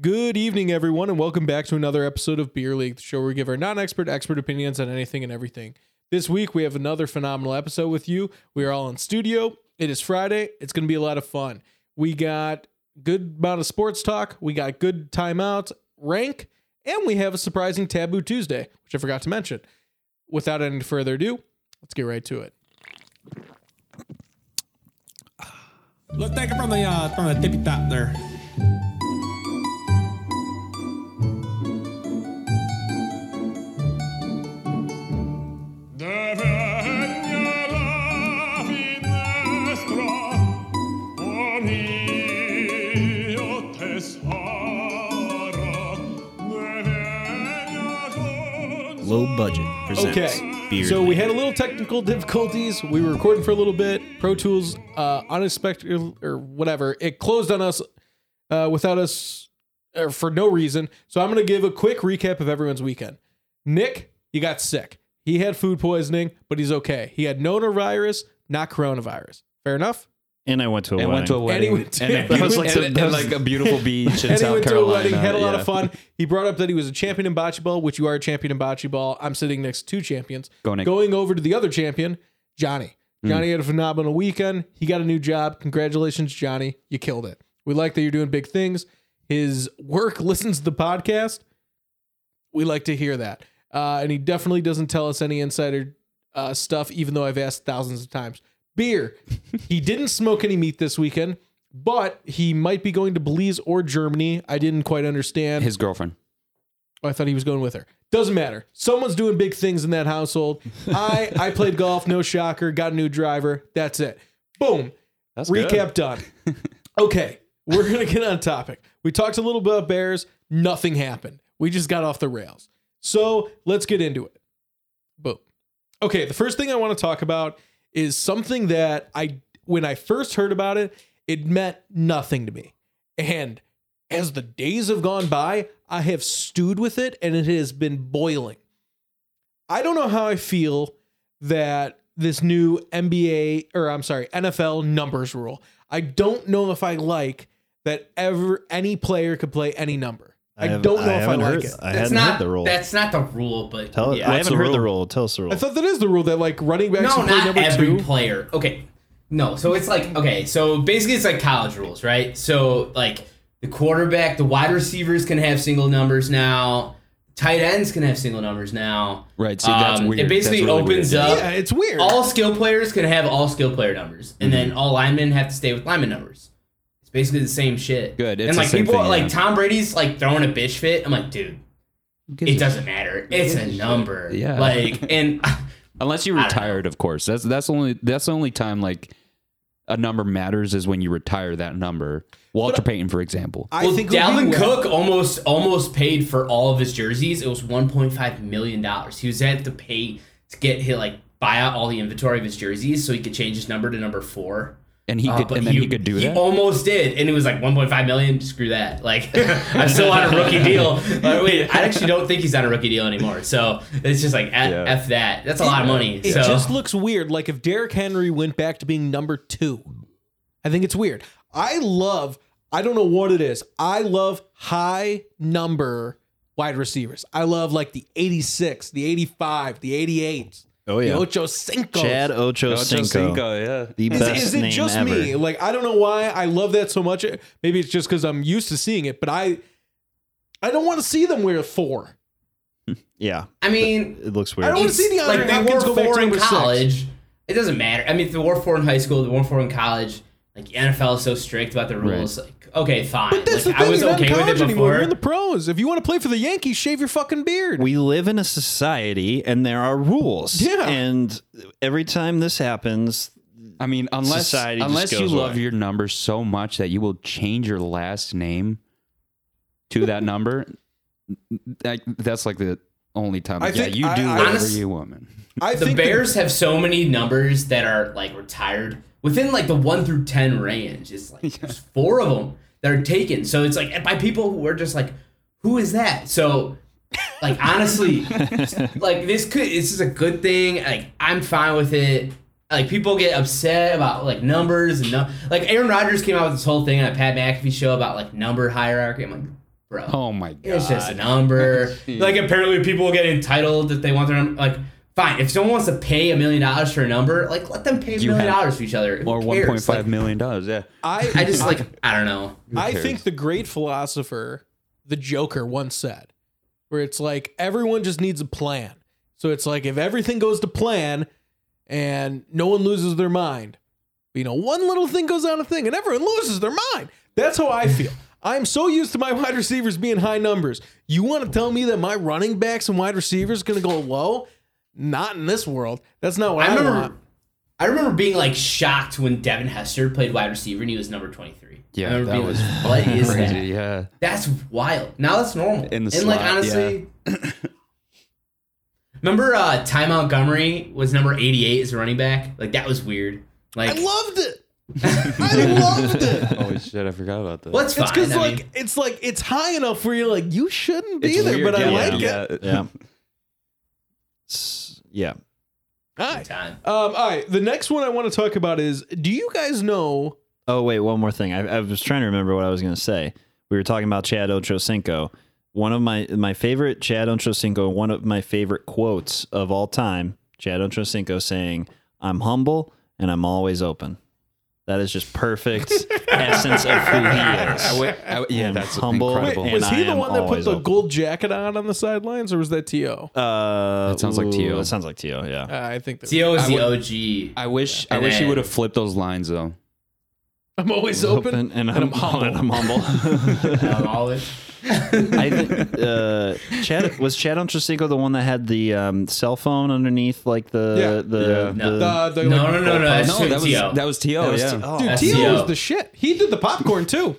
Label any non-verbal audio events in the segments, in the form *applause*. Good evening, everyone, and welcome back to another episode of Beer League, the show where we give our non expert expert opinions on anything and everything. This week, we have another phenomenal episode with you. We are all in studio. It is Friday. It's going to be a lot of fun. We got good amount of sports talk, we got good timeouts, rank, and we have a surprising Taboo Tuesday, which I forgot to mention. Without any further ado, let's get right to it. Look, take it from the uh, from the tippy top there. Low budget presents Okay. beer. So we had a little technical difficulties. We were recording for a little bit. Pro Tools, uh, unexpected or whatever, it closed on us uh, without us or for no reason. So I'm going to give a quick recap of everyone's weekend. Nick, you got sick. He had food poisoning, but he's okay. He had nonavirus, not coronavirus. Fair enough. and I went to a and wedding. went to a wedding he went to- and, he it was went- *laughs* like, and- a, and that was like- like a beautiful beach And in he South went Carolina. to a wedding, had a lot yeah. of fun. He brought up that he was a champion in bocce ball, which you are a champion in bocce ball. I'm sitting next to two champions. Go, Hmm. Nick. Going over to the other champion, Johnny. Johnny had a phenomenal weekend. He got a new job. Congratulations, Johnny. You killed it. We like that you're doing big things. His work listens to the podcast. We like to hear that. Uh, and he definitely doesn't tell us any insider uh, stuff, even though I've asked thousands of times. *laughs* Beer. he didn't smoke any meat this weekend, but he might be going to Belize or Germany. I didn't quite understand. His girlfriend. Oh, I thought he was going with her. Doesn't matter. Someone's doing big things in that *laughs* household. I I played golf, no shocker, got a new driver. That's it. Boom. That's Recap *laughs* done. Okay, we're gonna get on topic. We talked a little bit about bears. Nothing happened. We just got off the rails. So let's get into it. Boom. Okay, the first thing I want to talk about is something that I, when I first heard about it, it meant nothing to me. And as the days have gone by, I have stewed with it and it has been boiling. I don't know how I feel that this new NBA or I'm sorry, NFL numbers rule. I don't know if I like that ever any player could play any number. I, have- don't know if I haven't like heard, it. I That's hadn't not heard the rule. That's not the rule, but Tell, Yeah, I what's haven't heard the rule. Tell us the rule. I thought that is the rule that like running backs no, can play not number every two. player. Okay, no. So it's like okay. So basically, it's like college rules, right? So like the quarterback, the wide receivers can have single numbers now. Tight ends can have single numbers now. Um, Right, see, that's weird. It That's basically really opens weird. up. yeah, it's weird. all skill players can have all skill player numbers, and Mhm. then all linemen have to stay with lineman numbers. It's basically the same shit. Good, it's and the like same people thing, like yeah. Tom Brady's like throwing a bitch fit. I'm like, dude, it doesn't matter. It's a number. Yeah. Like and Unless you're I don't know. retired, of course. That's that's only that's the only time like a number matters is when you retire that number. Walter Payton, for example. I well, think it would be Dalvin weird. Cook almost almost paid for all of his jerseys. It was 1.5 million dollars. He was had to pay to get hit like buy out all the inventory of his jerseys so he could change his number to number four. and he Uh, could but and then he, could do he that. almost did, and it was like 1.5 million. Screw that! Like *laughs* I'm still on a rookie deal. But wait, I actually don't think he's on a rookie deal anymore. So it's just like f, Yeah. f that. That's a lot of money. It so just looks weird. Like if Derrick Henry went back to being number two, I think it's weird. I love. I don't know what it is. I love high number wide receivers. I love like the 86, the 85, the 88, oh the yeah, Ocho Cinco. Chad Ochocinco, yeah. the Is, best is it name just ever. me? Like I don't know why I love that so much. Maybe it's just because I'm used to seeing it, but I I don't want to see them wear four. Yeah, I mean, it looks I weird. don't want to It's see DeAndre like they were Hopkins go back to four in number six. college. It doesn't matter. I mean, if they were four in high school, they were four in college. Like the NFL is so strict about the rules. Like, okay, fine. But that's like, the thing. I was you're not okay in with college it anymore. before. You're in the pros. If you want to play for the Yankees, shave your fucking beard. we live in a society, and there are rules. Yeah. and every time this happens, I mean, unless Society just unless you goes love away. your number so much that you will change your last name to that number, that, that's like the only time. I yeah, think- you I- do I- whatever Honest- you want. man. I the think that- Bears have so many numbers that are like retired within like the one through ten range. It's like there's four of them that are taken. So it's like by people who are just like, who is that? So like *laughs* honestly, like this could this is a good thing. Like I'm fine with it. Like people get upset about like numbers and num- like Aaron Rodgers came out with this whole thing on a Pat McAfee show about like number hierarchy. I'm like, bro. Oh my god. It's just *laughs* a number. Jeez. like apparently people get entitled if they want their number. Like fine, if someone wants to pay a million dollars for a number, like let them pay a You million have- dollars for each other. Who or cares? one point Like, five million dollars. Yeah. I I just like I don't know. I cares? think the great philosopher, the Joker, once said, where it's like everyone just needs a plan. So it's like if everything goes to plan and no one loses their mind, you know, one little thing goes on a thing and everyone loses their mind. That's how I feel. I'm so used to my *laughs* wide receivers being high numbers. You want to tell me that my running backs and wide receivers going to go low? Not in this world. That's not what I I, remember want. I remember being like shocked when Devin Hester played wide receiver and he was number twenty three. Yeah, I remember that being was like, what is Crazy. that? Yeah. That's wild. Now that's normal. In the and like slot, honestly, *laughs* remember uh, Ty Montgomery was number eighty eight as a running back. Like that was weird. Like I loved it. *laughs* I loved it. Holy shit! I forgot about that. what's It's fine. because I mean- like it's like it's high enough where you're like you shouldn't be there, but I yeah, like it. yeah. Yeah. S- yeah. All right. time. Um, all right. The next one I want to talk about is: Do you guys know? Oh wait, one more thing. I, I was trying to remember what I was going to say. We were talking about Chad Ochocinco. One of my my favorite Chad Ochocinco. One of my favorite quotes of all time. Chad Ochocinco saying, "I'm humble and I'm always open." That is *laughs* just perfect essence of who he is. I would- I would- yeah, *laughs* And that's humble. incredible. Wait, was And he I the am one that put always the open. gold jacket on on the sidelines, or was that To? Uh, Uh, That sounds like T.O. That sounds like Tio. Yeah. I think that Tio is I the would- OG. I wish. I And wish he then- would have flipped those lines though. I'm always open, and, I'm I'm, humble. and I'm humble. Um, *laughs* all this- *laughs* I *laughs* think uh, Chad was Chad Ochocinco the one that had the um, cell phone underneath, like the Yeah. the, Yeah. the- The- the, no, Uh, like, no, no, no. That's Oh, no, that was Tio. that was T.O. that was- yeah. oh. dude, That's T.O. T.O. was the shit. He did the popcorn too.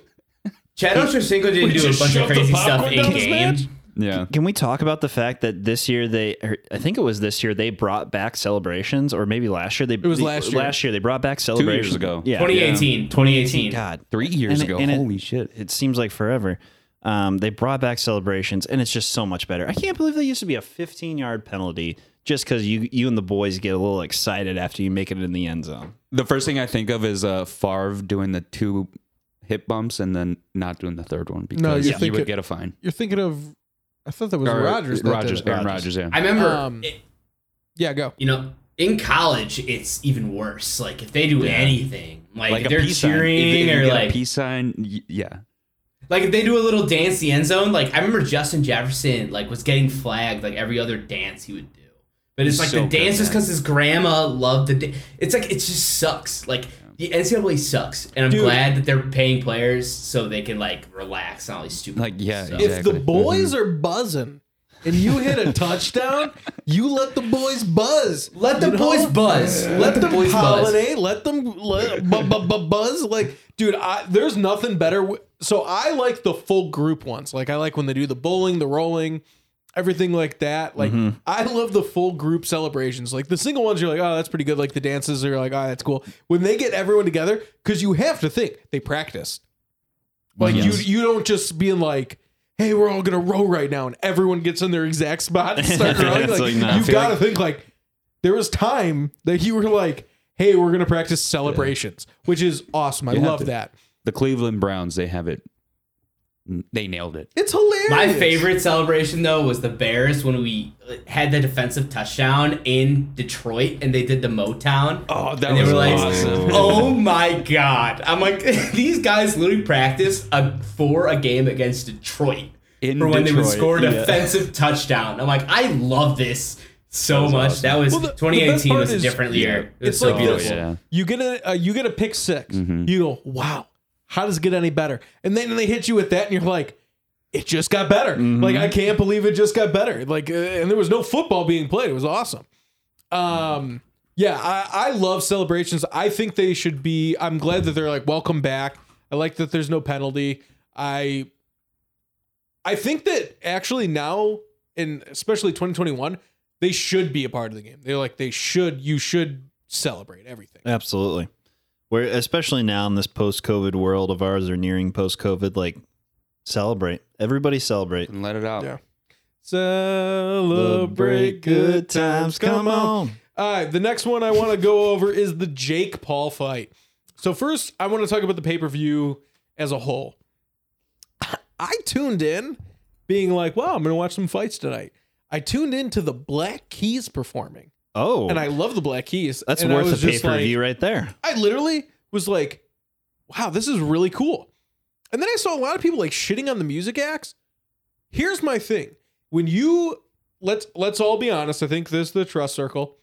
Chad Ochocinco didn't do a just bunch of shoved the crazy stuff popcorn in down his game. match? yeah. Can we talk about the fact that this year they, or I think it was this year they brought back celebrations, or maybe last year they. It was last year. Last year they brought back celebrations ago. Yeah. 2018, 2018. God, Three years And it- ago. and it- Holy shit! it seems like forever. Um, they brought back celebrations, and it's just so much better. I can't believe there used to be a 15 yard penalty just because you you and the boys get a little excited after you make it in the end zone. The first thing I think of is uh, Favre doing the two hip bumps and then not doing the third one because you're you thinking- would get a fine. You're thinking of? I thought that was Or Rogers. that did Rogers. it. Aaron Rodgers. Yeah. I remember, Um, it- Yeah, go. you know, in college, it's even worse. Like, if they do anything, like, if they're peace sign. If- cheering if you or get a like, peace sign. y- Yeah. like if they do a little dance the end zone. Like, I remember Justin Jefferson like was getting flagged like every other dance he would do. But it's He's like so the good, dance is man. because his grandma loved the. Da- it's like it just sucks. Like the NCAA sucks, and I'm Dude. glad that they're paying players so they can like relax and all these stupid. Like, yeah, stuff. yeah. If the Exactly. boys are buzzing and you hit a touchdown, you let the boys buzz. Let the You boys buzz. Let the them boys buzz. pollinate. Let them let, bu- bu- bu- buzz. Like, dude, I, there's nothing better. W- so I like the full group ones. Like, I like when they do the bowling, the rolling, everything like that. Like, I love the full group celebrations. Like the single ones, you're like, oh, that's pretty good. Like the dances, you're like, oh, that's cool. When they get everyone together, because you have to think they practiced. Like Yes. you, you don't just being like, "Hey, we're all gonna row right now," and everyone gets in their exact spot and start rowing. It's Like, like, nah. you got to think like there was time that you were like, "Hey, we're gonna practice celebrations," which is awesome. I You have love to. that. The Cleveland Browns, they have it. They nailed it. It's hilarious. My favorite celebration though was the Bears when we uh, had the defensive touchdown in Detroit and they did the Motown. Oh, that and they were like, awesome. *laughs* *laughs* "Oh my god!" I'm like, *laughs* these guys literally practice a, for a game against Detroit In for when they would Detroit, score a yeah. defensive touchdown. I'm like, I love this so much. That was Well, the- the best 2018 part was a is- different year. It was It's so like beautiful. this. yeah. You get a uh, you get a pick 6 You go, "Wow, how does it get any better?" And then they hit you with that, and you're like. It just got better. Like I can't believe it just got better. Like, uh, and there was no football being played. It was awesome. Um, yeah, I, I love celebrations. I think they should be. I'm glad that they're like welcome back. I like that there's no penalty. I I think that actually now, and especially 2021, they should be a part of the game. They're like they should. You should celebrate everything. Absolutely. We're especially now in this post-COVID world of ours, or nearing post-COVID, like celebrate. Everybody celebrate. And let it out. Yeah. Celebrate good times. Come on. All right, the next one I want to go over is the Jake Paul fight. So first, I want to talk about the pay per view as a whole. *coughs* I tuned in being like, wow, I'm going to watch some fights tonight. I tuned in to the Black Keys performing, Oh, and I love the Black Keys. that's and I worth a was pay just per like- view right there. I literally was like, wow, this is really cool. And then I saw a lot of people like shitting on the music acts. Here's my thing. When you let's let's all be honest, I think this is the trust circle.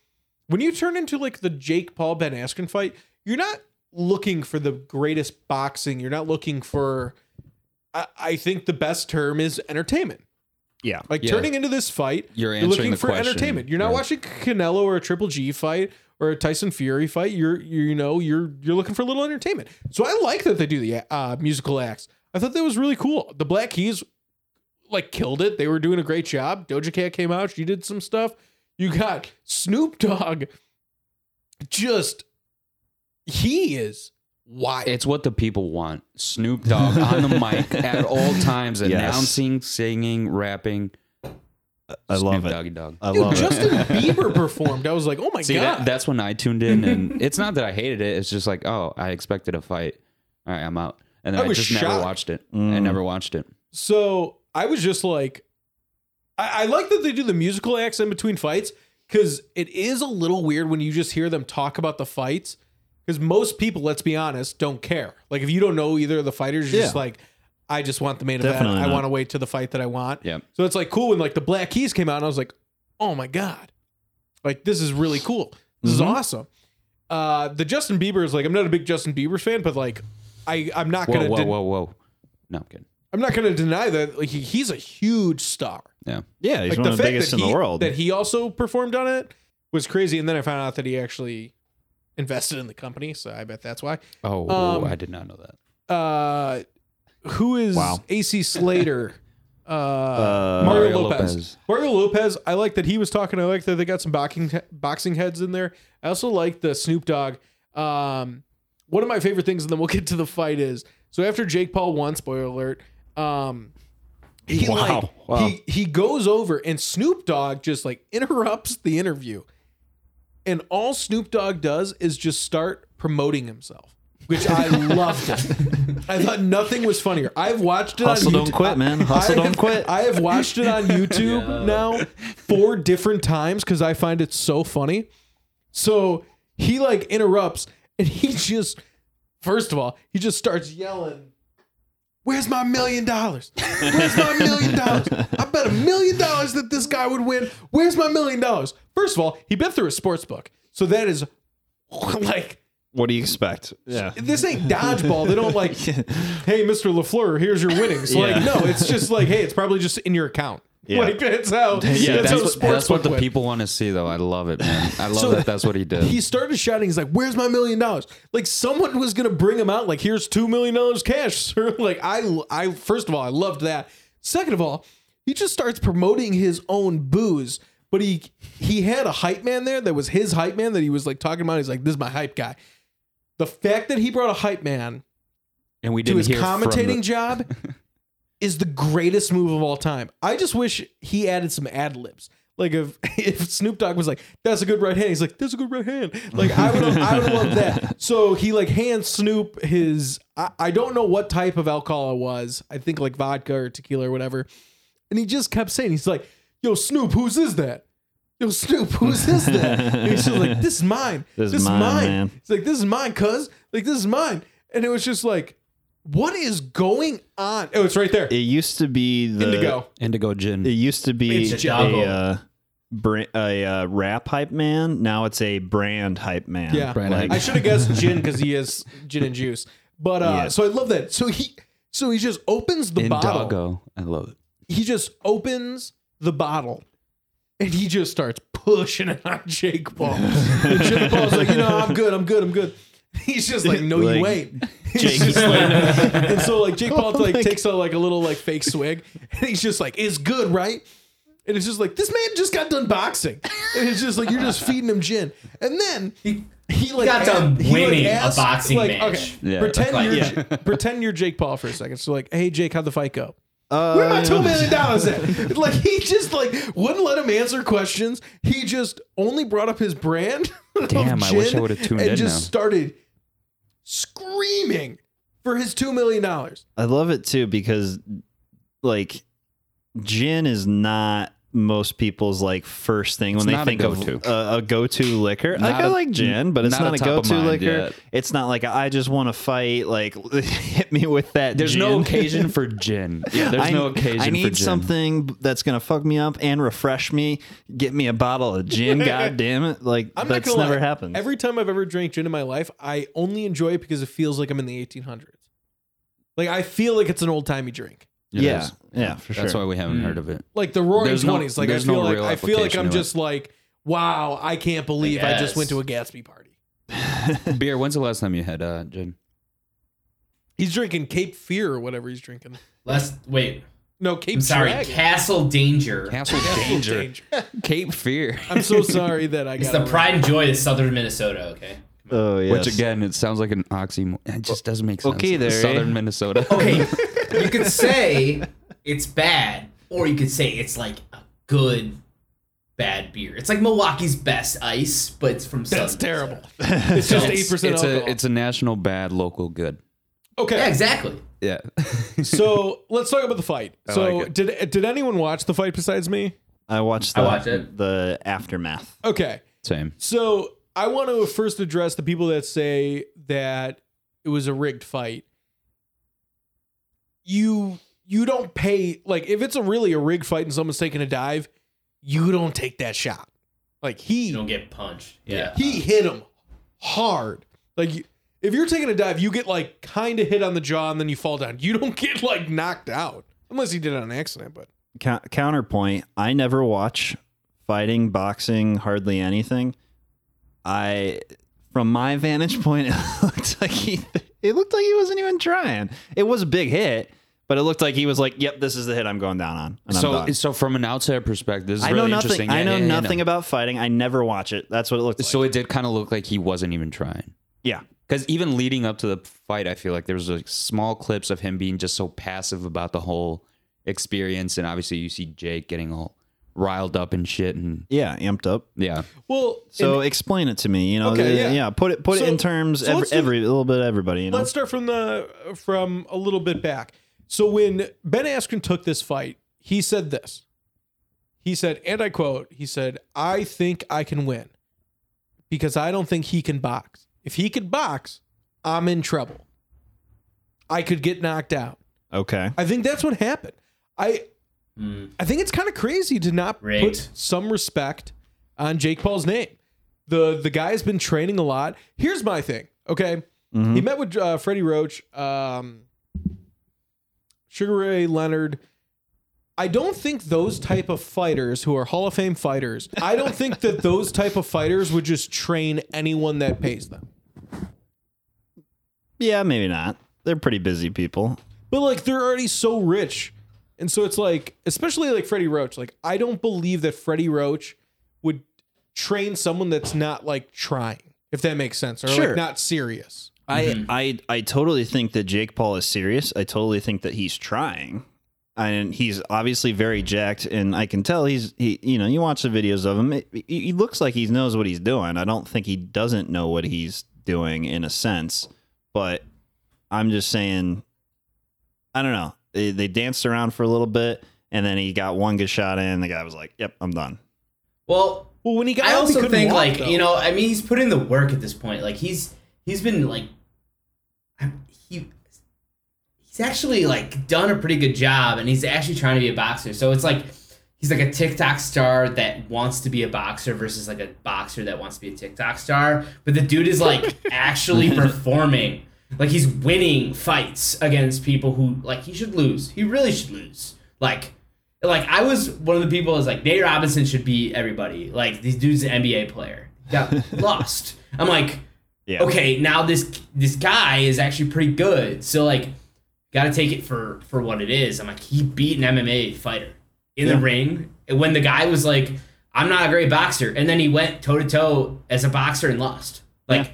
When you turn into like the Jake Paul Ben Askren fight, you're not looking for the greatest boxing. You're not looking for I, I think the best term is entertainment. Yeah. Like Yeah. turning into this fight, You're you're answering looking the for question. entertainment. You're not Yeah. watching Canelo or a Triple G fight or a Tyson Fury fight. You're you you know you're you're looking for a little entertainment. So I like that they do the uh, musical acts. I thought that was really cool. The Black Keys like killed it. They were doing a great job. Doja Cat came out. She did some stuff. You got Snoop Dogg. Just he is wild. It's what the people want. Snoop Dogg on *laughs* the mic at all times, Yes. announcing, singing, rapping. I love Snoop it. Doggy Dog. I Dude, love it. *laughs* Justin *laughs* Bieber performed. I was like, oh my See, god. that, that's when I tuned *laughs* in, and it's not that I hated it. It's just like, oh, I expected a fight. All right, I'm out. And then I I, was just never shocked. watched it. I Mm. never watched it. So I was just like, I, I like that they do the musical acts in between fights because it is a little weird when you just hear them talk about the fights. Because most people, let's be honest, don't care. Like if you don't know either of the fighters, you're just Yeah. like, I just want the main Definitely event. I not. want to wait to the fight that I want. Yep. So it's like cool when like the Black Keys came out, and I was like, oh my god, like this is really cool. This is Mhm. awesome. Uh, the Justin Bieber is like, I'm not a big Justin Bieber fan, but like, I I'm not Whoa, gonna whoa, den- whoa, whoa. No, I'm kidding. I'm not going to deny that like, he, he's a huge star. Yeah. Yeah, he's Like one of the fact biggest that in he- the world. That he also performed on it was crazy. And then I found out that he actually invested in the company, so I bet that's why. Oh, Um, I did not know that. Uh, who is Wow. AC *laughs* Slater? Uh, Uh, Mario, Mario Lopez. Lopez. Mario Lopez. I like that he was talking. I like that they got some boxing boxing heads in there. I also like the Snoop Dogg. Um, one of my favorite things, and then we'll get to the fight is so after Jake Paul won. Spoiler alert. Um, he Wow. like Wow. he he goes over and Snoop Dogg just like interrupts the interview, and all Snoop Dogg does is just start promoting himself, which *laughs* I loved. It. I thought nothing was funnier. I've watched it Hustle on don't YouTube- quit, man. *laughs* Hustle I don't have- quit. I have watched it *laughs* on YouTube now four different times because I find it so funny. So he like interrupts and he just, first of all, he just starts yelling, Where's my million dollars? Where's my million dollars? I bet a million dollars that this guy would win. Where's my million dollars? First of all, he bet through a sports book. So that is *laughs* like, what do you expect? Yeah. this ain't dodgeball. They don't *laughs* like, hey, Mr. LaFleur, here's your winnings. Like, Yeah. no, it's just like, hey, it's probably just in your account. Yeah. *laughs* Like, that's how, Yeah, that's, that's, how what, that's what sportsbook the went. people want to see, though. I love it, man. I love So- that that's what he did. He started shouting, he's like, where's my million dollars? Like, someone was going to bring him out, like, here's $2 million cash, *laughs* sir. Like, I, I, first of all, I loved that. Second of all, he just starts promoting his own booze. But he he had a hype man there that was his hype man that he was like talking about. He's like, "This is my hype guy." The fact that he brought a hype man and we to didn't his hear from commentating the- *laughs* job is the greatest move of all time. I just wish he added some ad libs. Like if *laughs* if Snoop Dogg was like, "That's a good right hand," he's like, "That's a good right hand." Like I would I would love *laughs* that. So he like hands Snoop his I, I don't know what type of alcohol it was. I think like vodka or tequila or whatever. And he just kept saying, he's like, "Yo Snoop, whose is that?" Yo Snoop, whose is that? And he's just like, "This is *laughs* mine. This is mine, man. It's like this is mine, cuz. Like this is mine." And it was just like, "What is going on?" Oh, it's right there. It used to be the Indigo. Indigo Gin. It used to be It's a, Jocko. uh, bra- a uh, rap hype man. Now it's a brand hype man. Yeah. Brand Like, I should have *laughs* guessed gin because he is gin and juice. But uh, Yeah. so I love that. So he so he just opens the bottle. Indago. I love it. He just opens the bottle. And he just starts pushing it on Jake *laughs* Paul. And Jake Paul's like, you know, I'm good, I'm good, I'm good. He's just like, no, you *laughs* Like, ain't. Jake *laughs* and so like Jake Paul like takes a like a little like fake swig, and he's just like, "It's good, right?" And it's just like this man just got done boxing, and it's just like you're just feeding him gin, and then he he like got done he, like, winning a boxing match. Okay, Yeah. pretend Like, you're yeah. pretend you're Jake Paul for a second. So like, hey Jake, how'd the fight go? uh, Where my two million dollars at? Like he just like wouldn't let him answer questions. He just only brought up his brand. of Damn, I wish I gin would've tuned and in just now. started screaming for his two million dollars. I love it too because like gin is not most people's like first thing when It's they not a think of go-to. a, a go-to liquor. like, Not I a- like gin, but it's not a not, a top of go-to mind liquor. yet. It's not like I just want to fight. Like *laughs* hit me with that. There's no gin. *laughs* occasion for gin. Yeah, there's I- no occasion I need for gin. something that's gonna fuck me up and refresh me. Get me a bottle *laughs* of gin, god damn it! Like I'm not that's gonna never lie. happened. Every time I've ever drank gin in my life, I only enjoy it because it feels like I'm in the 1800s. Like I feel like it's an old timey drink. It yeah, is. yeah, for sure. That's why we haven't heard of it. Like the Roaring There's no- Twenties. like I there's no feel like real I feel like application I'm to it. just like, wow, I can't believe I just Yes. went to a Gatsby party. Beer. When's the last time you had uh, gin? He's drinking Cape Fear or whatever he's drinking. Let's wait. No, Cape I'm sorry, Dragon. Castle Danger. *laughs* Castle Castle Danger. Cape Fear. I'm *laughs* so sorry that I got it's the it pride and joy of Southern Minnesota. Okay. oh yeah. Which again, it sounds like an oxymoron. It just doesn't make sense. Okay, there, eh? Southern Minnesota. *laughs* Okay, you could say it's bad, or you could say it's like a good bad beer. It's like Milwaukee's best ice, but it's from That's Southern terrible. Minnesota. It's just It's- eight percent it's alcohol. a it's a national bad, local good. okay, Yeah, exactly. Yeah. *laughs* so let's talk about the fight. so like it. did did anyone watch the fight besides me? I watched the, I watch it. the aftermath. Okay, Same. so I want to first address the people that say that it was a rigged fight. You you don't pay like if it's a really a rigged fight and someone's taking a dive, you don't take that shot. Like he You don't get punched. Yeah. he hit him hard. Like you- if you're taking a dive, you get like kind of hit on the jaw and then you fall down. You don't *laughs* get like knocked out unless he did it on accident. But Cou- counterpoint i never watch fighting boxing hardly anything i from my vantage point *laughs* it looked like he it looked like he wasn't even trying it was a big hit but it looked like he was like yep this is the hit i'm going down on and I'm So done. so from an outside perspective, this is i really know interesting. nothing i Yeah, know yeah, yeah, nothing about fighting i never watch it that's what it looks like So it did kind of look like he wasn't even trying. yeah Because even leading up to the fight, I feel like there was like small clips of him being just so passive about the whole experience, and obviously you see Jake getting all riled up and shit, and yeah amped up yeah, well, so explain it to me you know Okay, the- yeah. yeah. put it put So- it in terms so every, let's do- every a little bit of everybody you know let's start from the from a little bit back. So when Ben Askren took this fight, he said this. He said, and I quote, he said, "I think I can win because I don't think he can box. If he could box, I'm in trouble. I could get knocked out." okay I think that's what happened. I Mm. I think it's kind of crazy to not Rigged. put some respect on Jake Paul's name. The the guy's been training a lot. Here's my thing. Okay, Mhm. he met with uh, Freddie Roach, um, Sugar Ray Leonard. I don't think those type of fighters who are Hall of Fame fighters. I don't think that those type of fighters would just train anyone that pays them. yeah maybe not they're pretty busy people But like they're already so rich. And so it's like, especially like Freddie Roach, like I don't believe that Freddie Roach would train someone that's not like trying, if that makes sense, or like Sure. not serious. I Mm-hmm. I I totally think that Jake Paul is serious. I totally think that he's trying. And he's obviously very jacked, and I can tell he's he. You know, you watch the videos of him. It, he- he looks like he knows what he's doing. I don't think he doesn't know what he's doing in a sense, but I'm just saying. I don't know. They, they danced around for a little bit, and then he got one good shot in. and The guy was like, "Yep, I'm done." Well, Well, when he got I out, he also couldn't think walk, like though. you know, I mean, he's put in the work at this point. Like he's he's been like I- he he's actually like done a pretty good job, and he's actually trying to be a boxer. So it's like he's like a TikTok star that wants to be a boxer versus like a boxer that wants to be a TikTok star. But the dude is like actually performing. Like he's winning fights against people who like he should lose. He really should lose. Like like I was one of the people is like Nate Robinson should beat everybody. Like this dude's an NBA player. Got lost. I'm like, Yeah. okay, now this this guy is actually pretty good. So like, gotta take it for for what it is. I'm like, he beat an MMA fighter in the ring when the guy was like, I'm not a great boxer, and then he went toe to toe as a boxer and lost. Like,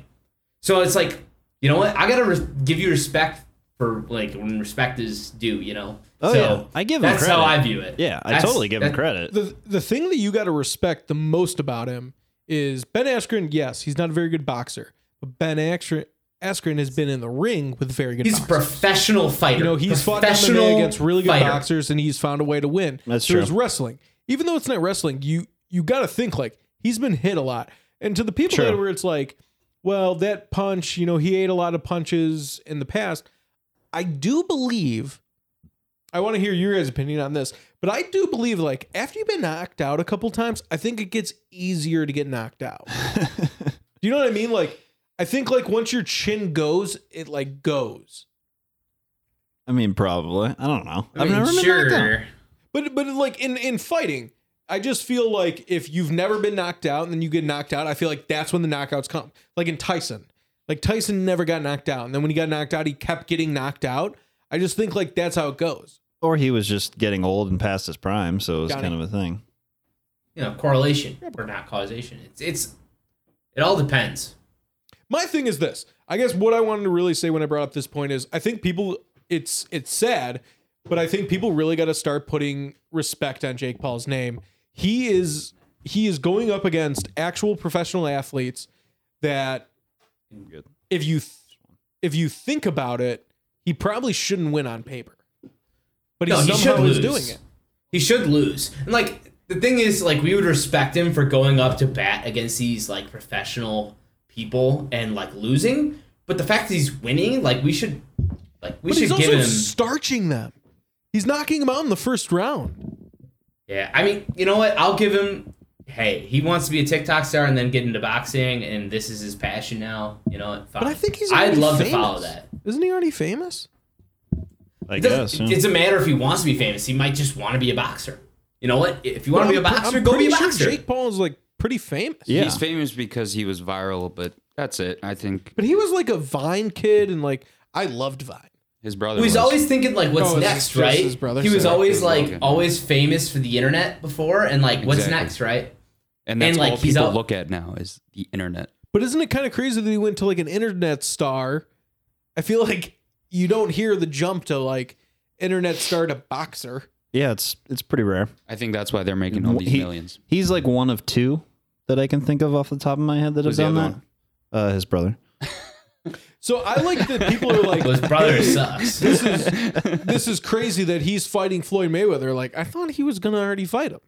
so it's like, you know what? I gotta re- give you respect for like when respect is due. You know. Oh, so yeah. I give him That's how credit. I view it. Yeah, I That's- totally give him that- credit. the the thing that you got to respect the most about him is Ben Askren. Yes, he's not a very good boxer, but Ben Askren Askren has been in the ring with very good He's a boxers. professional fighter. You know, he's fought professional MMA against really good fighter. boxers and he's found a way to win. That's There's true. wrestling. Even though it's not wrestling, you you got to think like he's been hit a lot. And to the people True. that where it's like, well, that punch, you know, he ate a lot of punches in the past. I do believe I want to hear your guys' opinion on this, but I do believe like after you've been knocked out a couple times, I think it gets easier to get knocked *laughs* out. Do you know what I mean? Like, I think like once your chin goes, it like goes. I mean, probably. I don't know. I mean, have never sure. been knocked out. But but like in in fighting, I just feel like if you've never been knocked out and then you get knocked out, I feel like that's when the knockouts come. Like in Tyson, like Tyson never got knocked out, and then when he got knocked out, he kept getting knocked out. I just think like that's how it goes. Or he was just getting old and past his prime, so it was Got kind it. of a thing. You know, correlation or not causation. It's it's it all depends. My thing is this. I guess what I wanted to really say when I brought up this point is I think people it's it's sad, but I think people really got to start putting respect on Jake Paul's name. He is he is going up against actual professional athletes that if you th- if you think about it, he probably shouldn't win on paper. But he No, he somehow should is lose. doing it. He should lose. And like the thing is, like we would respect him for going up to bat against these like professional people and like losing. But the fact that he's winning, like we should, like we But he's should give also him. starching them. He's knocking them out in the first round. yeah, I mean, you know what? I'll give him. Hey, he wants to be a TikTok star and then get into boxing, and this is his passion now. You know, fine. But I think he's I'd already love famous. to follow that. Isn't he already famous? I It guess. doesn't, yeah. it doesn't matter if he wants to be famous. He might just want to be a boxer. You know what? If you want to be a Well, I'm pre- boxer, I'm go be a pretty sure boxer. Jake Paul is like pretty famous. Yeah. He's famous because he was viral, but that's it. I think But he was like a Vine kid and like I loved Vine. his brother He was was always thinking like, what's Oh, it's next, just right? his brother, he was sorry. It was always like, Logan. always famous for the internet before, and like, what's Exactly. next, right? and that's and, like, all he's people out- look at now is the internet. But isn't it kind of crazy that he went to like an internet star? I feel like you don't hear the jump to like internet star to boxer. yeah, it's it's pretty rare. I think that's why they're making all these He- millions. He's like one of two that I can think of off the top of my head that Who's the have done other that. Uh, his brother. So I like that people are *laughs* like, Well, his *laughs* brother sucks. this is this is crazy that he's fighting Floyd Mayweather. Like I thought he was gonna already fight him.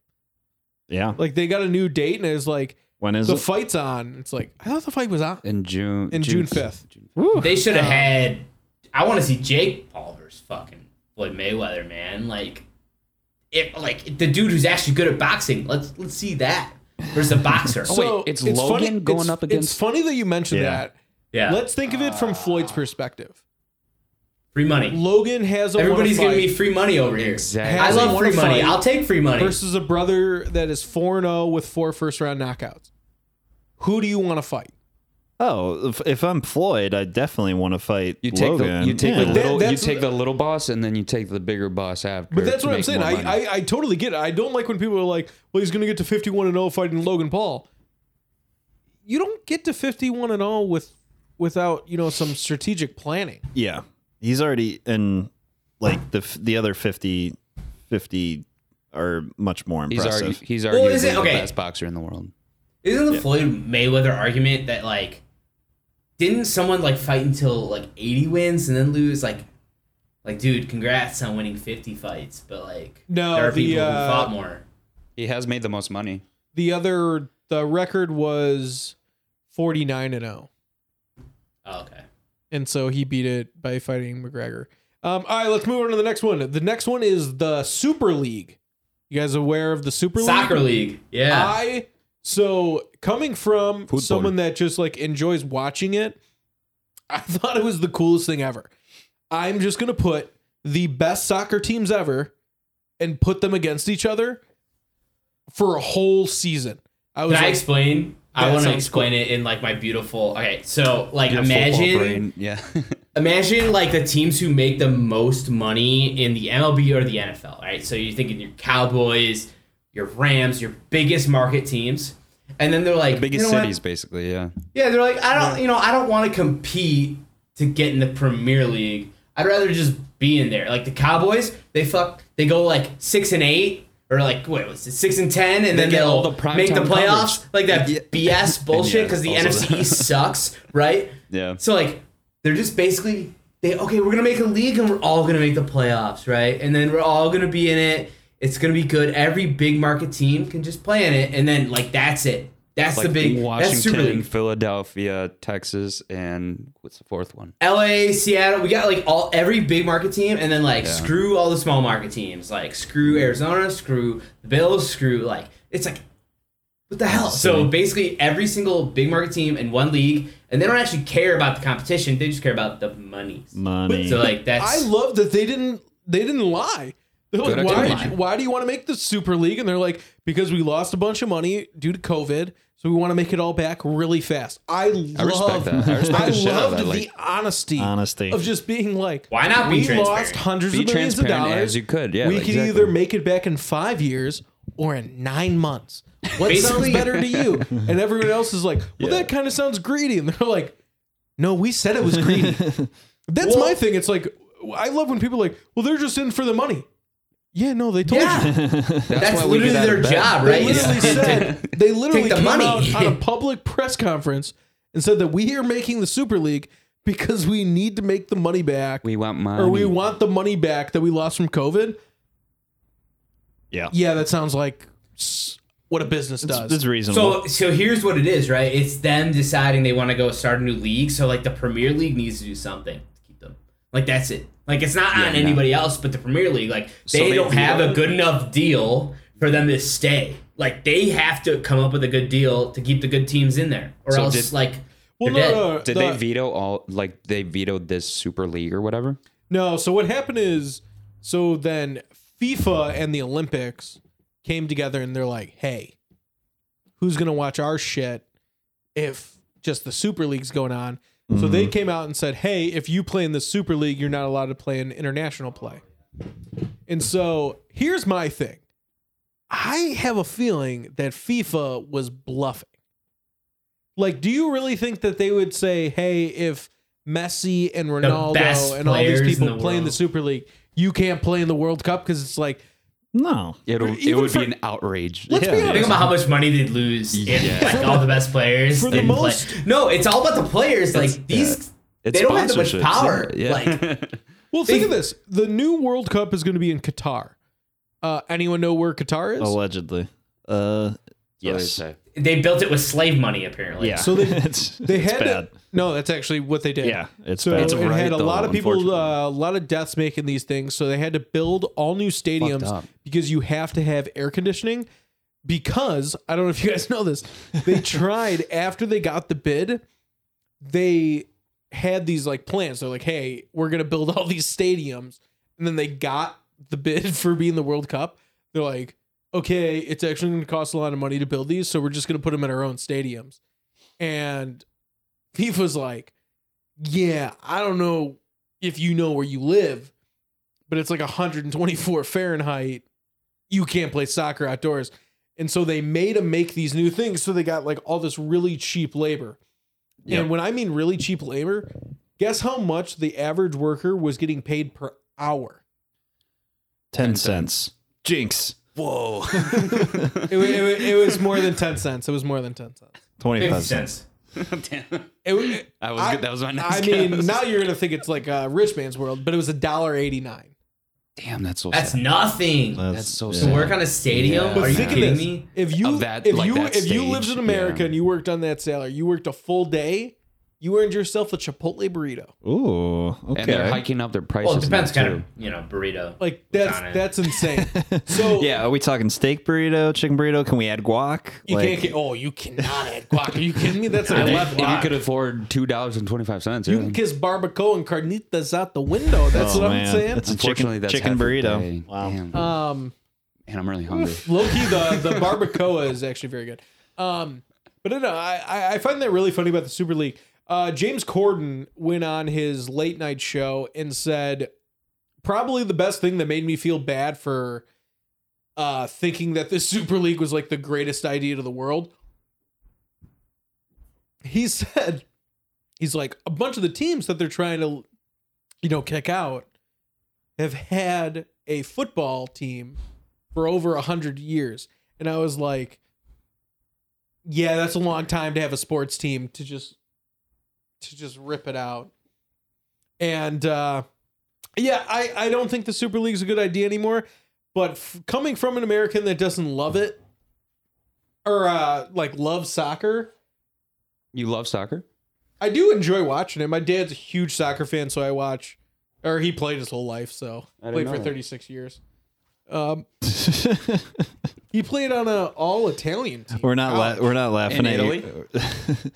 Yeah. Like they got a new date and it's like When is the it? fight's on. It's like I thought the fight was on. In June, In June 5th. They should Uh, have had. I want to see Jake Paul versus fucking Floyd Mayweather, man. Like, if like the dude who's actually good at boxing, let's let's see that versus *laughs* a boxer. Oh, wait, it's Logan going it's- up against- It's funny that you mentioned Yeah. that. yeah, Let's think of it from Floyd's perspective. free money. Logan has a Everybody's wanna giving me fight free money over here. Exactly. I Has a love wanna free money. fight I'll take free money. versus a brother that is 4-0 with four first round knockouts. Who do you want to fight? Oh, if, if I'm Floyd, I definitely want to fight You take Logan. the you take yeah. the that- little you that's- take the little boss and then you take the bigger boss after. But that's to what I'm make saying. more money. I, I I totally get it. I don't like when people are like, "Well, he's going to get to 51 and 0 fighting Logan Paul." You don't get to 51 and 0 with without, you know, some strategic planning. Yeah. He's already in like the f- the other 50 50 are much more he's impressive. argu- he's Well, arguably is it- the okay. best boxer in the world. Isn't the Floyd Mayweather argument that like didn't someone like fight until like 80 wins and then lose like like dude, congrats on winning 50 fights, but like No, there are the, people uh, who fought more. He has made the most money. The other the record was 49 and 0. Oh, okay. and so he beat it by fighting McGregor. Um, all right, let's move on to the next one. The next one is the Super League. You guys aware of the Super League? Soccer league. Yeah. I so coming from Football. someone that just like enjoys watching it, I *laughs* thought it was the coolest thing ever. I'm just gonna put the best soccer teams ever and put them against each other for a whole season. I was Can I like, explain? Yeah, I want to sounds explain it in like my beautiful. Okay, so like Your football imagine brain. yeah, *laughs* imagine like the teams who make the most money in the MLB or the NFL, right? So you're thinking your Cowboys, your Rams, your biggest market teams, and then they're like biggest you know what? cities basically. Yeah, Yeah, they're like I don't, you know, I don't want to compete to get in the Premier League. I'd rather just be in there. Like the Cowboys, they fuck, they go like six and eight. Or like, wait, was it six and ten, and then get all they'll the prime make the time playoffs. Like that Yeah. *laughs* BS bullshit because the also NFC East sucks, right? yeah. So like they're just basically they okay we're gonna make a league and we're all gonna make the playoffs right and then we're all gonna be in it it's gonna be good every big market team can just play in it and then like that's it that's like the big that's super Washington, league Philadelphia, Texas, and what's the fourth one? la seattle we got like all every big market team and then like Yeah. screw all the small market teams like screw arizona screw the bills screw like it's like what the hell so basically every single big market team in one league and they don't actually care about the competition they just care about the money Money. so like that's I love that they didn't they didn't lie. They're like, Good why, explanation. why do you want to make the Super League? And they're like, because we lost a bunch of money due to COVID, so we want to make it all back really fast. I, I respect love that. I respect the shit out of loved that. the Like, honesty, Honesty. of just being like, Why not be We lost transparent? hundreds be of millions of transparent dollars. as you could. Yeah, we like, could exactly. either make it back in five years or in nine months. What sounds *laughs* Basically- better to you? And everyone else is like, well, that kind of sounds greedy. And they're like, no, we said it was greedy. That's my thing. It's like I love when people are like, well, they're just in for the money. Yeah, no, they told you. yeah *laughs* that's, That's why we literally get out of their bed. job, They right? *laughs* literally Yeah. said they literally the came money. out *laughs* on a public press conference and said that we are making the Super League because we need to make the money back, We want money. or we want the money back that we lost from COVID. yeah. Yeah, that sounds like s- what a business does. This is reasonable. So so here's what it is, right? It's them deciding they want to go start a new league. So like the Premier League needs to do something to keep them. Like that's it. Like it's not on no. anybody else, but the Premier League, like they, they don't do have a that? good enough deal for them to stay. Like they have to come up with a good deal to keep the good teams in there, or So else did- like well, no, they're dead. no, no, Did the- they veto all? Like they vetoed this Super League or whatever? No, so what happened is so then FIFA and the Olympics came together and they're like, "Hey, who's going to watch our shit if just the Super League's going on?" So they came out and said, "Hey, if you play in the Super League, you're not allowed to play in international play." And so, here's my thing. I have a feeling that FIFA was bluffing. Like, do you really think that they would say, "Hey, if Messi and best Ronaldo and all these players in people the play in the world. Super League, you can't play in the World Cup"? Because it's like, no. It'll, it Even would for- be an outrage. let's be Think honest, about how much money they'd lose if like all the best players For the didn't play. most- No, it's all about the players. Like these, they don't have that much sponsorships. power. Yeah. Like Well, think of this: the new World Cup is going to be in Qatar. Uh, anyone know where Qatar is? Oh, Allegedly. Uh, yes. So they say. they built it with slave money apparently. yeah. *laughs* So they- it's, they it's had bad. no. That's actually what they did. yeah. It's so bad. It's it right, had a though, lot of people, unfortunately. uh, a lot of deaths making these things. So they had to build all new stadiums up. because you have to have air conditioning. Because I don't know if you guys *laughs* know this, they tried after they got the bid, they had these like plans. They're like, hey, we're gonna build all these stadiums, and then they got the bid *laughs* for being the World Cup. They're like, okay, it's actually gonna cost a lot of money to build these, so we're just gonna put them in our own stadiums. And FIFA's like, yeah, I don't know if you know where you live, but it's like 124 Fahrenheit. You can't play soccer outdoors. And so they made them make these new things. So they got like all this really cheap labor. Yep. And when I mean really cheap labor, guess how much the average worker was getting paid per hour? 10 cents. Jinx. Whoa. It, wa- it, wa- it was more than 10 cents. It was more than 10 cents. 25 Fifty cents. cents. Damn. It, wa- it- That was I- good. That was my next I mean, guess. now you're going to think it's like a rich man's world, but it was a dollar eighty nine. Damn, that's so That's sad. nothing. That's so to sad. work on a stadium? Yeah. Are But you think of kidding this: me? if you Of that- if like you that if you lived stage, in America yeah. and you worked on that salary, you worked a full day, you earned yourself a Chipotle burrito. Ooh. And they're Okay. hiking up their prices. Well, it depends now, kind of too. you know burrito. Like Who's that's on it? that's insane. *laughs* So Yeah. Are we talking steak burrito, chicken burrito? Can we add guac? you can't get oh you cannot add guac. Are you kidding me? *laughs* That's like Yeah, they- eleven. If you could afford two dollars and twenty five cents, You can kiss barbacoa and carnitas out the window. That's Oh, what man. I'm saying. That's a Unfortunately, chicken, that's chicken half your burrito. day. Wow. Damn. Um, Man, I'm *laughs* really hungry. low key the the barbacoa is actually very good. Um, but no, no, I I- I find that really funny about the Super League. Uh, James Corden went on his late night show and said, probably the best thing that made me feel bad for uh, thinking that the *laughs* Super League was like the greatest idea to the world. He said, he's like, a bunch of the teams that they're trying to, you know, kick out have had a football team for over a hundred years, and I was like, yeah, that's a long time to have a sports team to just to just rip it out. And uh, yeah, I, I don't think the Super League's a good idea anymore. But f- coming from an American that doesn't love it or uh, like love soccer, You love soccer? I do enjoy watching it. My dad's a huge soccer fan, so I watch, or he played his whole life, so didn't played know for that. 36 years. Um, he played on a all Italian team. *laughs* we're not la- College. we're not In laughing at you. *laughs*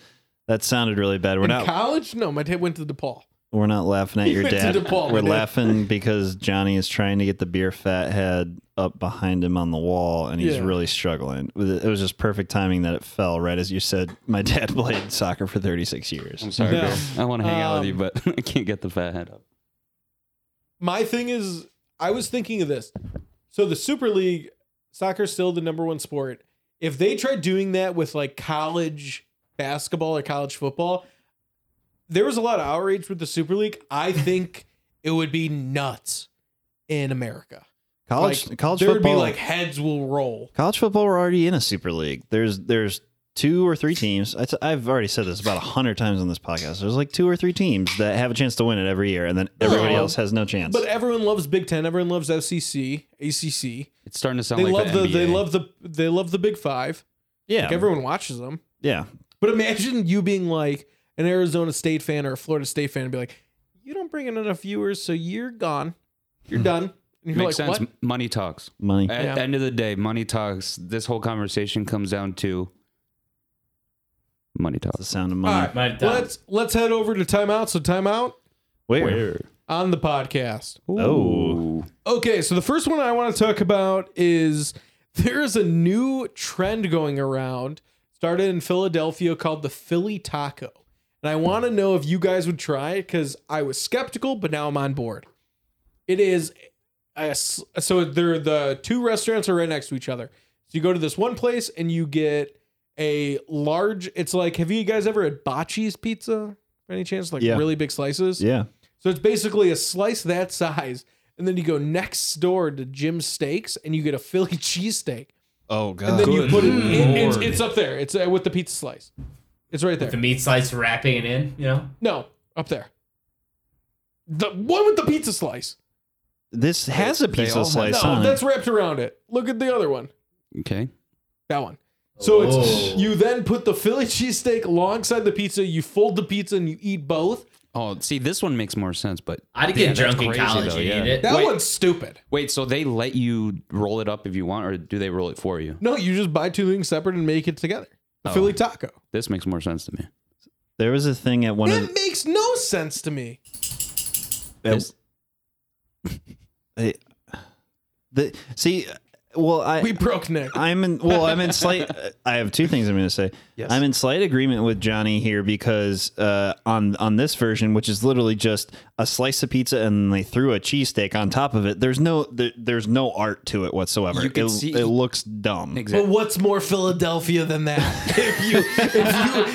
that sounded really bad. We're in not college. No, my dad went to DePaul. we're not laughing at He your went *laughs* to dad. DePaul, we're man. laughing because Johnny is trying to get the beer fat head up behind him on the wall, and he's Yeah. really struggling. It was just perfect timing that it fell right as you said. My *laughs* dad played soccer for 36 years. I'm sorry, No. Bill. I want to hang out with you, Um, but *laughs* I can't get the fat head up. My thing is, I was thinking of this. So the Super League, soccer's still the number one sport. If they tried doing that with like college basketball or college football, there was a lot of outrage with the Super League. I think it would be nuts in America. College Like, college there would football be like heads will roll. College football, we're already in a super league. There's there's two or three teams. I t- I've already said this about a hundred times on this podcast. There's like two or three teams that have a chance to win it every year, and then everybody No. else has no chance. But everyone loves Big Ten. Everyone loves E FCC, ACC. It's starting to sound They like love the, the, they NBA. love the they love the Big Five. yeah, Like everyone watches them. yeah. But imagine you being like an Arizona State fan or a Florida State fan and be like, you don't bring in enough viewers, so you're gone. You're done. And you're Hmm. Makes like, sense. what? Money talks. Money. At Yeah. the end of the day, money talks. This whole conversation comes down to money It's the talks. sound of All money. right, Might have done. let's let's head over to timeout. So timeout Where? on the podcast. Oh. Okay, so the first one I want to talk about is *laughs* there is a new trend going around, started in Philadelphia called the Philly Taco. And I want to know if you guys would try it because I was skeptical, but now I'm on board. It is a s- so they're the two restaurants are right next to each other. So you go to this one place and you get a large. It's like, have you guys ever had Bocce's pizza? By any chance, like Yeah. really big slices? Yeah. So it's basically a slice that size, and then you go next door to Jim's Steaks, and you get a Philly *laughs* cheesesteak, Oh god. and then you Good put it. it- it's, lord. it's up there. It's uh, with the pizza slice. It's right there. The meat slice wrapping it in, you know? no, up there. The one with the pizza slice. this has a piece all of have- slice no, on that's it. wrapped around it. Look at the other one. Okay. That one. So Oh. it's you then put the Philly cheesesteak alongside the pizza. You fold the pizza and you eat both. Oh, see, this one makes more sense, but I'd get Yeah, that's drunk in crazy, college though, and yeah. eat it. That Wait. one's stupid. wait, so they let you roll it up if you want, or do they roll it for you? No, you just buy two things separate and make it together. A Oh. Philly taco. This makes more sense to me. There was a thing at one of That makes no sense to me. at, *laughs* Hey, the see. Well, I We broke Nick. I'm in. Well, I'm in slight. *laughs* I have two things I'm going to say. I'm in slight agreement with Johnny here because uh, on on this version, which is literally just a slice of pizza and they threw a cheesesteak on top of it. There's no there, there's no art to it whatsoever. You can it, see- it looks dumb. But what's more Philadelphia than that? *laughs* if you if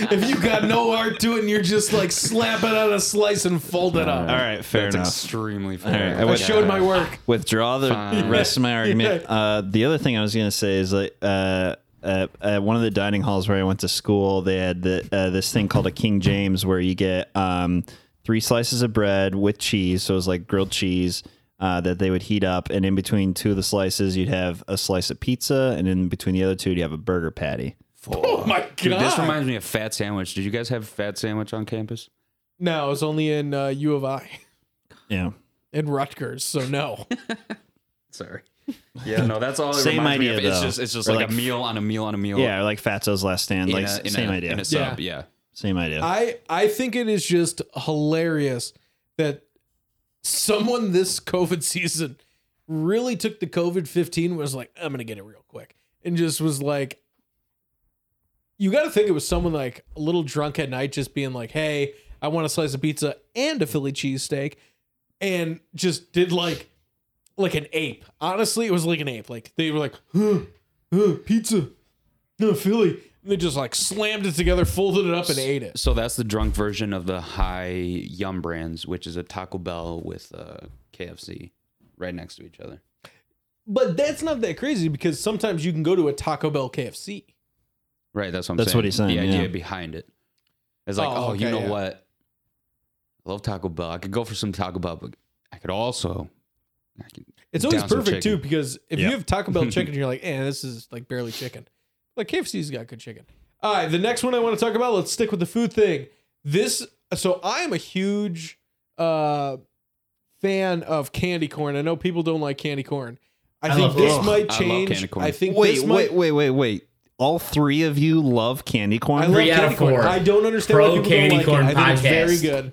you if you got no art to it and you're just like slap it on a slice and fold it up. All right, fair That's enough. extremely All fair. right, I I wish- showed my work. withdraw the Fine. *laughs* rest of my argument. Uh, the other thing I was going to say is like uh, uh, at one of the dining halls where I went to school, they had the, uh, this thing called a King James where you get um, three slices of bread with cheese. So it was like grilled cheese. Uh, that they would heat up, and in between two of the slices, you'd have a slice of pizza, and in between the other two, you'd have a burger patty. Oh my god. Dude, this reminds me of fat sandwich. Did you guys have fat sandwich on campus? no, it's only in uh, U of I Yeah, in Rutgers, so no. Sorry. *laughs* Yeah, no, that's all. It Same reminds me idea, of. It's though. just it's just Or like, a like- meal on a meal on a meal. yeah, or like Fatso's last stand, in like a- in same a- idea, In a sub, yeah. same idea. I I think it is just hilarious that someone this COVID *laughs* season really took the COVID fifteen was like I'm gonna get it real quick and just was like, you got to think it was someone like a little drunk at night just being like, hey, I want a slice of pizza and a Philly cheesesteak, and just did like like an ape. Honestly, it was like an ape. Like they were like, huh, huh, pizza, no Philly. And they just like slammed it together, folded it up, and ate it. So that's the drunk version of the high yum brands, which is a Taco Bell with uh, a KFC right next to each other. But that's not that crazy because sometimes you can go to a Taco Bell KFC. Right, that's what I'm That's saying. what he's saying, The yeah. idea behind it is like, Oh, oh, you okay, know yeah. what? I love Taco Bell. I could go for some Taco Bell, but I could also. I could, It's always Down some perfect too chicken. because if you Yeah. have Taco *laughs* Bell chicken, you're like, eh, this is like barely chicken. Like KFC's got good chicken. All right, the next one I want to talk about. Let's stick with the food thing. This, so I am a huge uh, fan of candy corn. I know people don't like candy corn. I, I think love- this ugh, might I love change. I, candy corn. think Wait, this might, wait, wait, wait, wait. All three of you love candy corn. I love Three out candy of corn. four. I don't understand Pro why people candy don't like corn it. I think it's podcast. very good.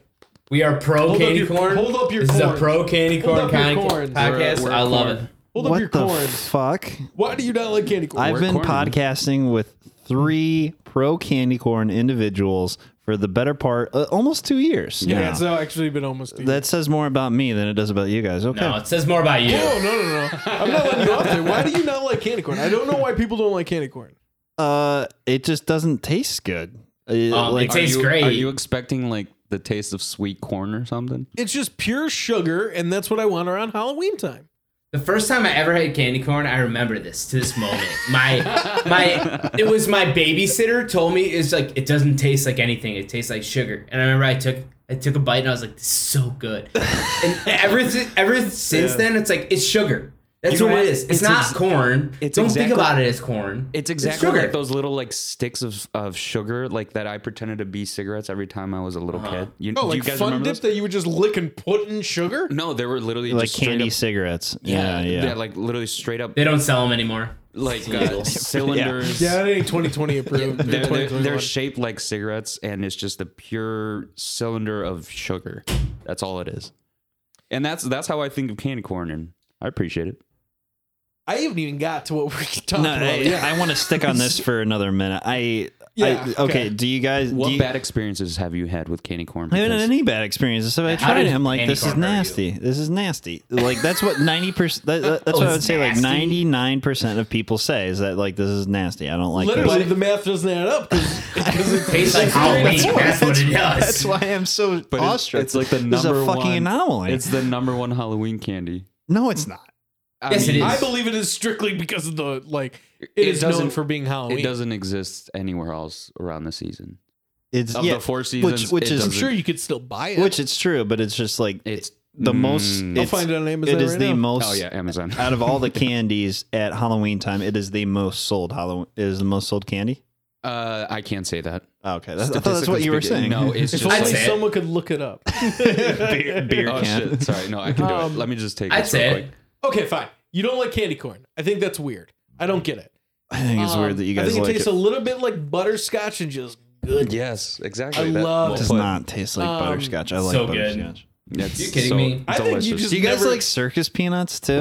We are pro Hold up candy your- corn. hold up your This corn. is a pro candy Hold corn up your con- corns. podcast. We're- we're I love corn. it. Hold up what your the corn. fuck? Why do you not like candy corn? I've been corn. podcasting with three pro candy corn individuals for the better part uh, almost two years. yeah, now. it's now actually been almost. a year. that says more about me than it does about you guys. Okay. No, it says more about you. No, no, no, no. I'm not letting you off there. Why do you not like candy corn? I don't know why people don't like candy corn. Uh, it just doesn't taste good. Uh, Um, like, it tastes are you, great. Are you expecting like the taste of sweet corn or something? It's just pure sugar, and that's what I want around Halloween time. The first time I ever had candy corn, I remember this to this moment. My my it was my babysitter told me it's like it doesn't taste like anything. It tastes like sugar. And I remember I took I took a bite and I was like, this is so *laughs* good. And ever si- ever since then, it's like it's sugar. That's You know what, what? it is. It's, It's not ex- corn. it's Don't exactly- think about it as corn. It's exactly sugar. like those little like sticks of, of sugar like that I pretended to be cigarettes every time I was a little kid. You, Oh, do like you guys fun remember dip those? that you would just lick and put in sugar? No, they were literally like just straight candy up- cigarettes. Yeah, yeah. yeah, like literally straight up They don't sell them anymore. like Yeah. uh, cylinders. Yeah, that ain't 2020 approved. They're, They're, they're, they're shaped like cigarettes, and it's just a pure cylinder of sugar. That's all it is, and that's that's how I think of candy corn, and I appreciate it. I haven't even got to what we're talking No, about. I, yeah. I want to stick on this for another minute. I, Yeah, I okay, okay. Do you guys? What do you, bad experiences have you had with candy corn? I haven't had Because- any bad experiences. Have I How tried did it? I'm like, candy this is corn hurt you? nasty. This is nasty. Like that's what ninety percent. That, that- that's Oh, what I would it's say. Like nasty. ninety nine percent of people say is that like this is nasty. I don't like Literally, this. the math doesn't add up because *laughs* It tastes like Halloween. That's what it does. That's why I'm so But it's- awestruck. it's like the this is number a fucking one. anomaly. It's the number one Halloween candy. no, it's not. I Yes, it is. I believe it is strictly because of the like. It it is known doesn't- for being Halloween. It doesn't exist anywhere else around the season. It's Of yeah, the four which seasons, which it is I'm doesn't- sure you could still buy it. which it's true, but it's just like It's the most. Mm. I'll I'll it's- find it on Amazon. It is right the now. most. oh yeah, Amazon. *laughs* out *laughs* of all the candies at Halloween time, it is the most sold Halloween. It is the most sold candy. Uh, I can't say that. Oh, okay, that's, I thought that's what you were saying. Statistically speaking, No, *laughs* it's If just only I'd say it. someone could look it up. beer, beer oh can. shit. Sorry, no, I can do Um, it. Let me just take. I'd this real say quick. it. Okay, fine. You don't like candy corn. I think that's weird. I don't get it. I think it's Um, weird that you I guys think like it tastes it. a little bit like butterscotch and just Yes, exactly. I love- It well does put. not taste like Um, butterscotch. I like so good. butterscotch. That's You kidding so me? I think you delicious. just- Do you guys Never- like circus peanuts too?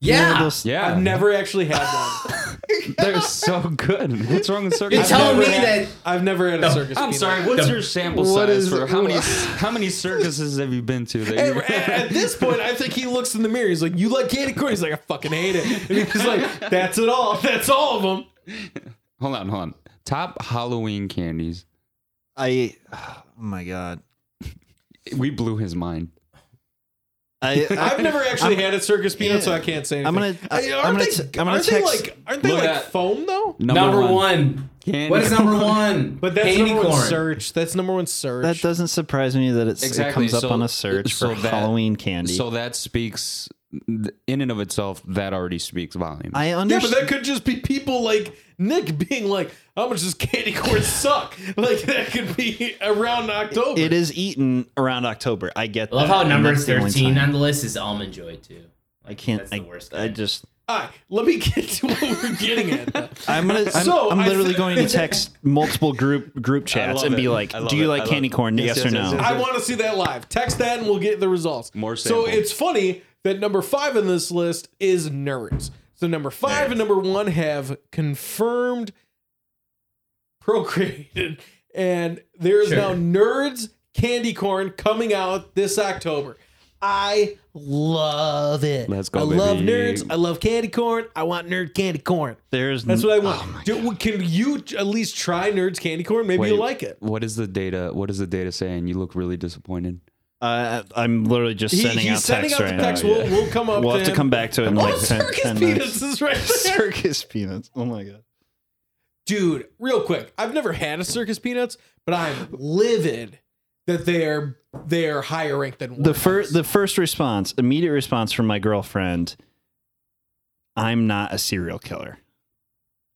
You know Yeah. those- yeah, I've never actually had *laughs* one. They're so good. What's wrong with circus? You're telling I've me never had- that I've never had a circus. I'm peanut. sorry. What's The- your sample What size is- for how many *laughs* how many circuses have you been to? That At, you, at- at this point, I think he looks in the mirror. He's like, "You like candy corn?" He's like, "I fucking hate it." And he's like, "That's it all. That's all of them." hold on, hold on. Top Halloween candies. I. *sighs* Oh my god. We blew his mind. *laughs* I, I I've never actually had a circus peanut, so I can't say anything. I'm gonna- I- Hey, I'm aren't they- gonna t- I'm gonna aren't they text- like aren't they Look like at- foam though? number, one. Candy What is number one? But that's candy number corn. one search. That's number one search. that doesn't surprise me that it's, it Exactly, comes up so- on a search so for that- Halloween candy. So that speaks in and of itself. That already speaks volume. I Yeah, understand. but that could just be people like Nick being like, "How much does candy corn suck?" *laughs* Like that could be around October. it is eaten around October. I get. I love that, how and number that's the only thirteen time. on the list is almond joy too. I can't. That's the I, worst I kind. just. All right, let me get to what we're getting at. though. I'm gonna. I'm, So, I'm I literally thi- going to text multiple group group chats love and be it. like, I love "Do you it. I like love candy it. corn? Yes, Yes, or yes, no?" yes, yes. I want to see that live. Text that, and we'll get the results. More so sample. it's funny that number five on this list is nerds. So number five and number one have confirmed procreated, and there is Sure. now nerds candy corn coming out this October. I love it. Let's go, I love baby. nerds. I love candy corn. I want nerd candy corn. There's Mm. That's what I want. Oh my Do- can you at least try nerds candy corn? Maybe Wait, you'll like it. What is the data? What is the data saying? You look really disappointed. Uh, I'm literally just He- sending he's out sending texts out right the text. now. We'll, yeah. we'll come up. We'll have to him. come back to it in Oh, like 10, circus 10 minutes. penis is right *laughs* there, Circus peanuts. Oh my god. dude. Real quick, I've never had a circus peanuts, but I'm livid that they are they are higher ranked than one. the first the first response, immediate response from my girlfriend. I'm not a serial killer.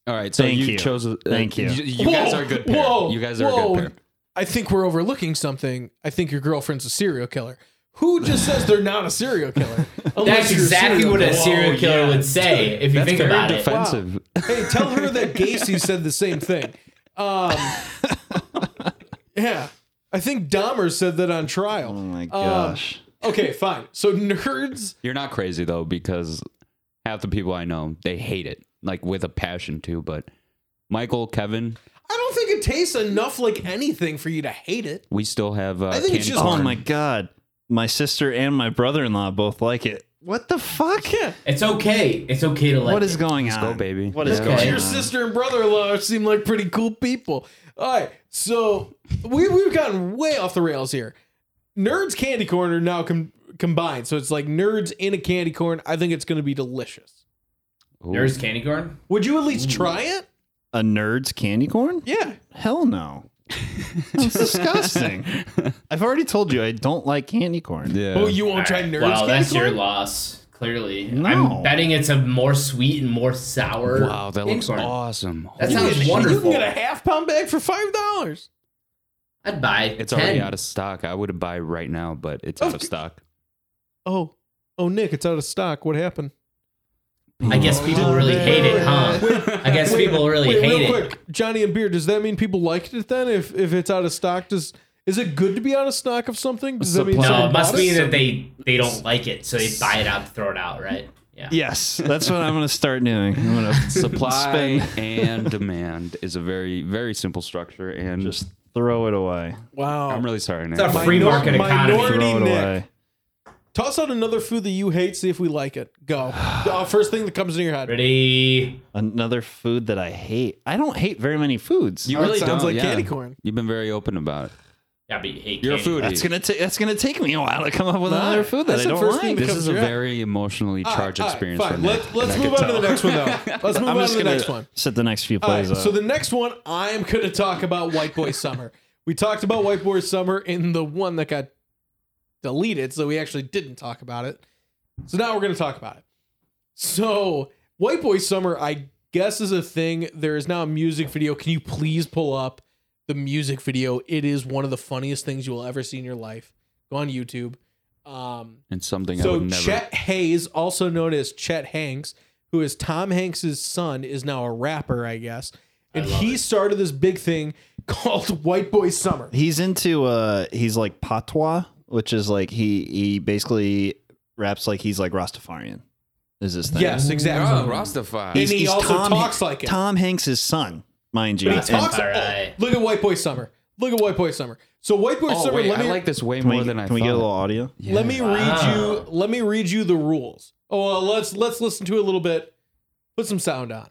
All right, so Thank you, you. chose. uh, Thank you. You, you guys are a good pair. you guys are a good pair. I think we're overlooking something. I think your girlfriend's a serial killer. Who just says they're not a serial killer? Unless *laughs* That's you're exactly serial what a killer. Oh, serial killer would say if you That's think very about it. defensive. Hey, tell her *laughs* that Gacy said the same thing. Um, yeah, I think Dahmer said that on Oh trial. my gosh. Okay, fine. So nerds, You're not crazy though, because half the people I know they hate it, like with a passion too. But Michael, Kevin, I don't think it tastes enough like anything for you to hate it. we still have. Uh, I think it's candy just- oh corn. my god. My sister and my brother-in-law both like it. What the fuck? It's okay. It's okay to like. What is it. going Let's on? go, baby. What is Let's going go. on? Your sister and brother-in-law seem like pretty cool people. All right, so we we've gotten way off the rails here. Nerds candy corn are now com- combined, so it's like nerds in a candy corn. I think it's going to be delicious. Ooh. There's candy corn. Would you at least try it? A nerd's candy corn? Yeah. Hell *laughs* no. That's disgusting. I've already told you I don't like candy corn. Yeah. Oh, you won't All try right. nerds Well, candy that's corn? your loss. Clearly, No. I'm betting it's a more sweet and more sour. wow, that candy looks corn. awesome. That You sounds can- You can wonderful. get a half pound bag for five dollars. I'd buy. It's 10. already out of stock. I would buy right now, but it's out of stock. Oh, oh, Nick, it's out of stock. What happened? I guess people really hate it, *laughs* huh? I guess people really Wait, hate real it. quick, Johnny and Beer. Does that mean people liked it then? If if it's out of stock, does is it good to be out of stock of something? Does that mean Supply- No, someone it must bought be that they they don't like it, so they buy it out, to throw it out, right? Yeah. Yes, that's what I'm going to start doing. I'm going to Supply and demand is a very, very simple structure, and just throw it away. Wow. I'm really sorry. Nick. It's a free Minor- market economy. minority- Throw it Nick. away. Toss out another food that you hate. See if we like it. Go. Uh, first thing that comes in your head. Ready? Another food that I hate. I don't hate very many foods. You Oh, that really sounds don't, like yeah. candy corn. You've been very open about it. Yeah, but you hate You're a candy. foodie. that's gonna take. That's gonna take me a while to come up with Nah, another food that I I said don't first like. thing that this comes is to a your head. very emotionally All right, charged all right, experience. for Fine. Nick, Let's, and let's I move could on to tell. the next one though. *laughs* Let's move I'm on just to the gonna next one. set the next few All right, plays uh, up. so the next one, I'm going to talk about White Boy Summer. *laughs* We talked about White Boy Summer in the one that got deleted, so we actually didn't talk about it. So now we're going to talk about it. So, White Boy Summer, I guess, is a thing. There is now a music video. Can you please pull up the music video? It is one of the funniest things you will ever see in your life. Go on YouTube. Um, And something I so would never. Chet Hayes, also known as Chet Hanks, who is Tom Hanks's son, is now a rapper, I guess. And love he it. started this big thing called *laughs* White Boy Summer. he's into uh he's like patois which is like he he basically raps like he's like rastafarian is this thing Yes, exactly. Oh, Rastafari. And he also talks like it. tom hanks' son mind you But he And- talks. All right. Look at White Boy Summer. Look at White Boy Summer. So White Boy Oh, Summer. wait, let me I like this way can more we, than I can we thought. get a little audio Yeah. let me read Wow. you. Let me read you the rules. Oh, well, let's let's listen to it a little bit. Put some sound on.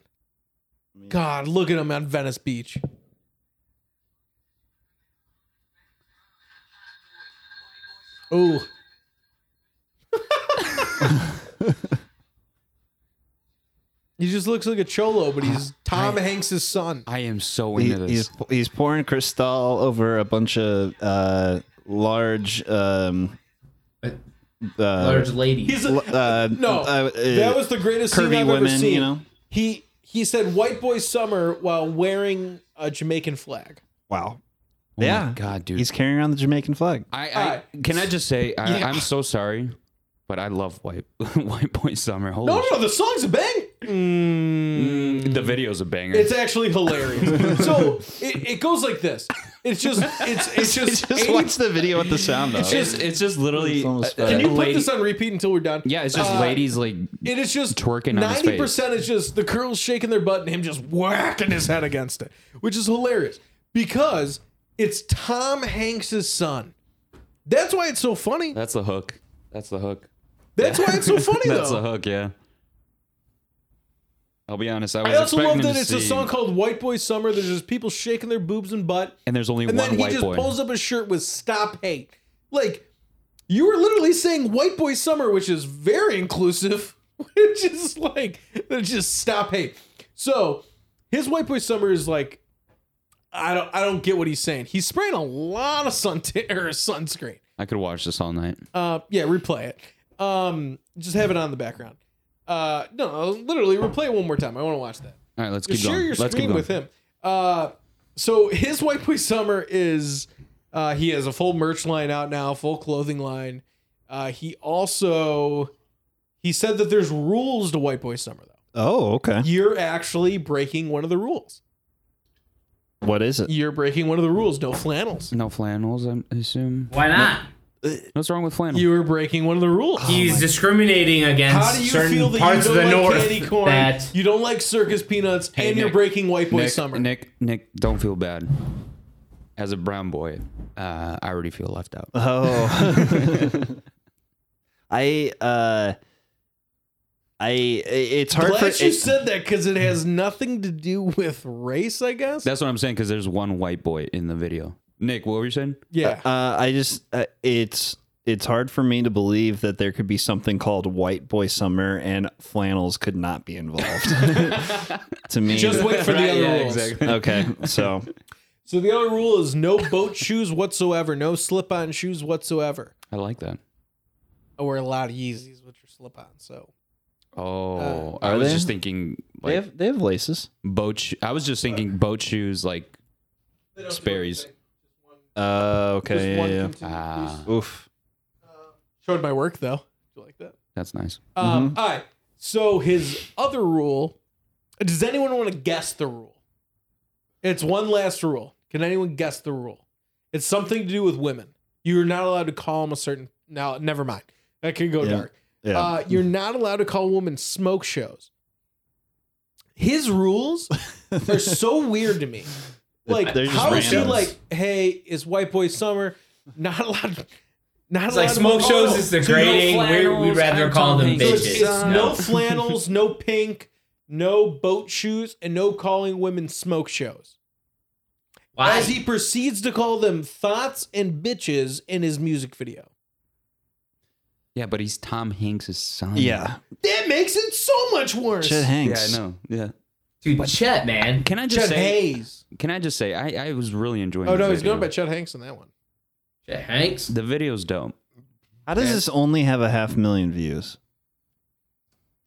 God, look at him on Venice Beach. Oh. *laughs* he just looks like a cholo, but he's Tom Hanks' son. I am so He- into this. he's he's pouring cristal over a bunch of uh large um Uh, uh, Large lady. He's l- a, uh, *laughs* no. uh, that was the greatest scene curvy I've ever women, seen. you know? He he said "White Boy Summer" while wearing a Jamaican flag. wow Oh my yeah God, dude. he's carrying around the jamaican flag I, I Alright. can I just say I, Yeah. I'm so sorry, but I love white *laughs* white boy summer. Holy No, shit. no, the song's a bang. the video's a banger. It's actually *laughs* hilarious. so it, it goes like this. It's just it's *laughs* it's just, *laughs* just 80 watch the video with the sound of It's just it's just literally. It's almost uh, bad. Can you put lady- this on repeat until we're done? yeah, it's just Uh, ladies like It is just twerking on his face. Ninety percent is just the girls shaking their butt and him just whacking his head against it, which is hilarious because it's Tom Hanks' son. That's why it's so funny. that's the hook. That's the hook. That's why *laughs* it's so funny that's the though. hook. Yeah. I'll be honest. I was I also expecting love that him to it's a see- song called "White Boy Summer." There's just people shaking their boobs and butt, and there's only and one then he white just boy. pulls up a shirt with "Stop Hate." Like you were literally saying "White Boy Summer," which is very inclusive, *laughs* which is like just "Stop Hate." So his "White Boy Summer" is like I don't I don't get what he's saying. He's spraying a lot of sun *laughs* or sunscreen. I could watch this all night. Uh, yeah, replay it. Um, just have it on in the background. Uh, no, literally replay it one more time. I want to watch that. All right, let's keep Just share going. your let's keep screen going. with him. Uh, so his white boy summer is uh, he has a full merch line out now, full clothing line. Uh, he also he said that there's rules to white boy summer though. *laughs* Oh, okay. You're actually breaking one of the rules. What is it? You're breaking one of the rules. No flannels. No flannels, I assume. Why not? What's wrong with flannel? You were breaking one of the rules. He's discriminating against Oh How do you certain feel that parts you of the don't like north candy corn? that you don't like circus peanuts, Hey, and you're Nick. breaking white boy Nick, summer. Nick, Nick, don't feel bad. As a brown boy, uh, I already feel *laughs* left out. Oh. *laughs* I uh I it's hard Glad for you it- said that because it has nothing to do with race, I guess. That's what I'm saying because there's one white boy in the video. Nick, what were you saying? yeah, uh I just uh, it's it's hard for me to believe that there could be something called white boy summer and flannels could not be involved. *laughs* to me just wait for the other yeah, rules. exactly. Okay. So So the other rule is no boat shoes whatsoever, no slip-on shoes whatsoever. I like that. I wear a lot of Yeezys, which are slip-on. So Uh, Oh, are I was they? just thinking they like have they have laces. boat. Sho- I was just thinking boat shoes, like Sperry's. Uh okay. Yeah, yeah. Ah, Oof. Showed my work though. You like that? that's nice. Um, all right. So his other rule. Does anyone want to guess the rule? It's one last rule. Can anyone guess the rule? It's something to do with women. You're not allowed to call them a certain. Now, never mind. That could go Yeah. dark. Yeah. Uh, you're not allowed to call women smoke shows. His rules are *laughs* so weird to me. Like, They're just how is she randoms. like, hey, it's White Boy Summer? Not allowed. Not it's allowed like smoke to- shows Oh, is no. degrading. We're, we'd flannels, rather I'm call them telling you. So *laughs* it's, it's bitches. no. flannels, no pink, no boat shoes, and no calling women smoke shows. Why? As he proceeds to call them thoughts and bitches in his music video. Yeah, but he's Tom Hanks' son. yeah. That makes it so much worse. Chet Yeah, Hanks. I know. Yeah. Dude, Chet, man. Can I just Chet say? Hayes. Can I just say? I, I was really enjoying. Oh the no, he's video. going by Chet Hanks on that one. Chet *laughs* Hanks? The video's dope. How does this only have a half million views?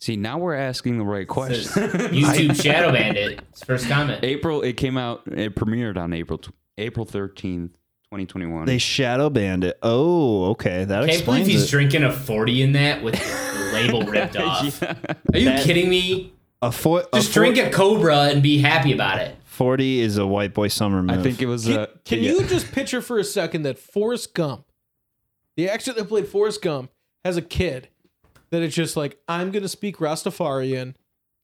See, now we're asking the right Says, question. *laughs* YouTube Shadow Bandit. His first comment. April. It came out. It premiered on April tw- April thirteenth, twenty twenty one. *laughs* They shadow banned it. Oh, okay. That Can't believe explains he's it. drinking a 40 in that *laughs* with the label ripped off. Are you kidding me? a four, a Just four- drink a Cobra and be happy about it. 40 is a white boy summer move. I think it was. Can, uh, can yeah. you just picture for a second that Forrest Gump, the actor that played Forrest Gump, has a kid that is just like, I'm going to speak Rastafarian,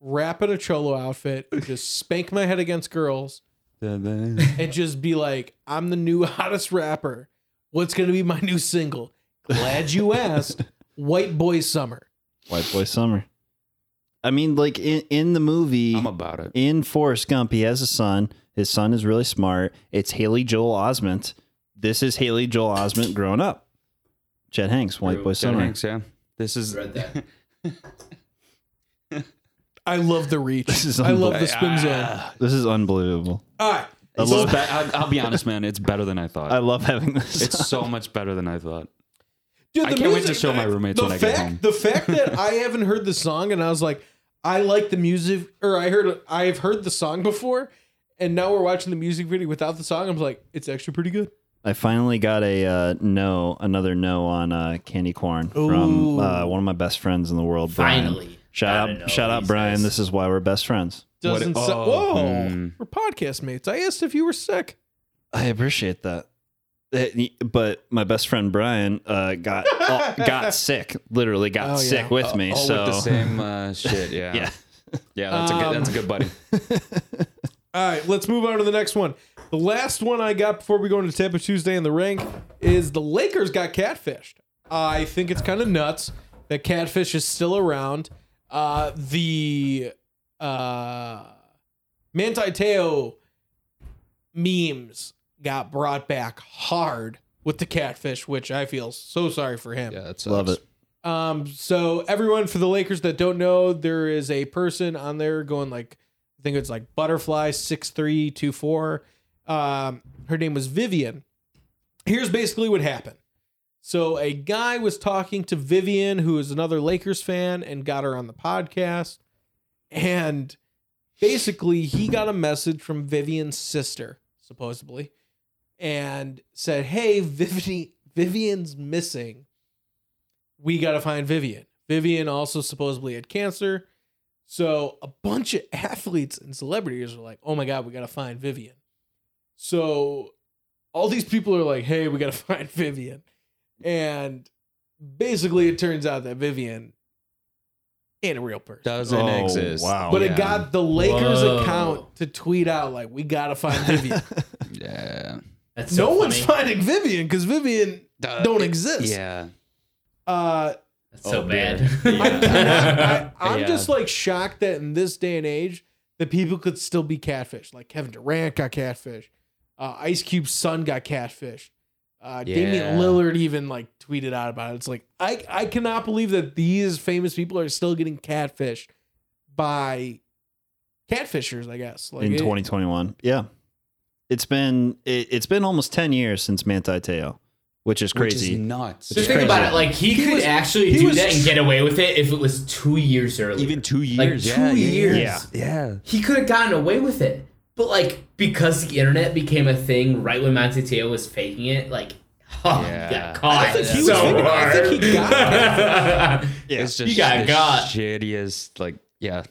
wrap in a cholo *laughs* outfit, and just spank my head against girls, and just be like, I'm the new *laughs* hottest rapper. What's going to be my new single? Glad you *laughs* asked. White Boy Summer. white boy summer. I mean, like in, in the movie, I'm about it. in Forrest Gump, he has a son. His son is really smart. It's Haley Joel Osment. This is Haley Joel Osment grown up. Chet Hanks, white boy Chet summer. Hanks, yeah. This is. Read *laughs* that. I love the reach. This is I love the unbelievable. Ah. spin zone. *sighs* This is unbelievable. All right. I This is love, be- I'll, I'll be honest, man. It's better than I I thought. love having this. It's so much better than I thought. Dude, I can't wait to music- show my roommates the when I get fact, home. The fact that I *laughs* haven't heard the song and I was like, I like the music, or I heard, I've heard the song before, and now we're watching the music video without the song. I'm like, it's actually pretty good. *laughs* I finally got a uh, no, another no on uh, candy corn from Ooh. uh, one of my best friends in the world. Brian. Finally. shout Gotta know out, shout out, these Brian. guys. This is why we're best friends. Doesn't oh, so- whoa, hmm. we're podcast mates. I asked if you were sick. I appreciate that. Eh, But my best friend Brian uh, got uh, got sick, literally got Oh, yeah. sick with me. All so with *laughs* the same uh, shit. Yeah. yeah, Yeah, That's a Um, good. That's a good buddy. All right, let's move on to the next one. The last one I got before we go into Tampa Tuesday in the rank is the Lakers got catfished. I think it's kind of nuts that catfish is still around. Uh, the uh, Manti Te'o memes got brought back hard with the catfish, which I feel so sorry for him. that's love it. Um, so everyone for the Lakers that don't know, there is a person on there going like I think it's like butterfly six three two four. Um, her name was Vivian. Here's basically what happened. So a guy was talking to Vivian, who is another Lakers fan, and got her on the podcast. And basically, he got a message from Vivian's sister, supposedly, and said, "Hey, Vivian, Vivian's missing. We got to find Vivian." Vivian also supposedly had cancer. So a bunch of athletes and celebrities are like, "Oh my god, we got to find Vivian." So all these people are like, "Hey, we got to *laughs* find Vivian." And basically it turns out that Vivian ain't a real person. Doesn't Oh, exist. wow. but yeah. it got the Lakers Whoa. account to tweet out like, "We got to find Vivian." Yeah. That's so no funny. one's finding Vivian cuz Vivian don't exist. Uh, Yeah. Uh That's so Oh, bad. I'm, Yeah. I, am Yeah. just like shocked that in this day and age that people could still be catfished. Like Kevin Durant got catfished. Uh, Ice Cube's son got catfished. Uh, Yeah. Damian Lillard even like tweeted out about it. It's like I I cannot believe that these famous people are still getting catfished by catfishers. I guess like *laughs* in it- 2021. Yeah, it's been it, it's been almost 10 years since Manti Te'o, which is crazy. Which is nuts. *laughs* Just think about it. Like he, He could was- actually he do was that and tr- get away with it if it was two years earlier. Even two years. like yeah, two yeah, years. Yeah. Yeah. He could have gotten away with it, but like because the internet became a thing right when Monte Teo was faking it, like *laughs* oh, he Yeah. got caught. I think he was so faking it. I hard. think he got *laughs* Yeah. It's just He got the got. shittiest. Like, yeah.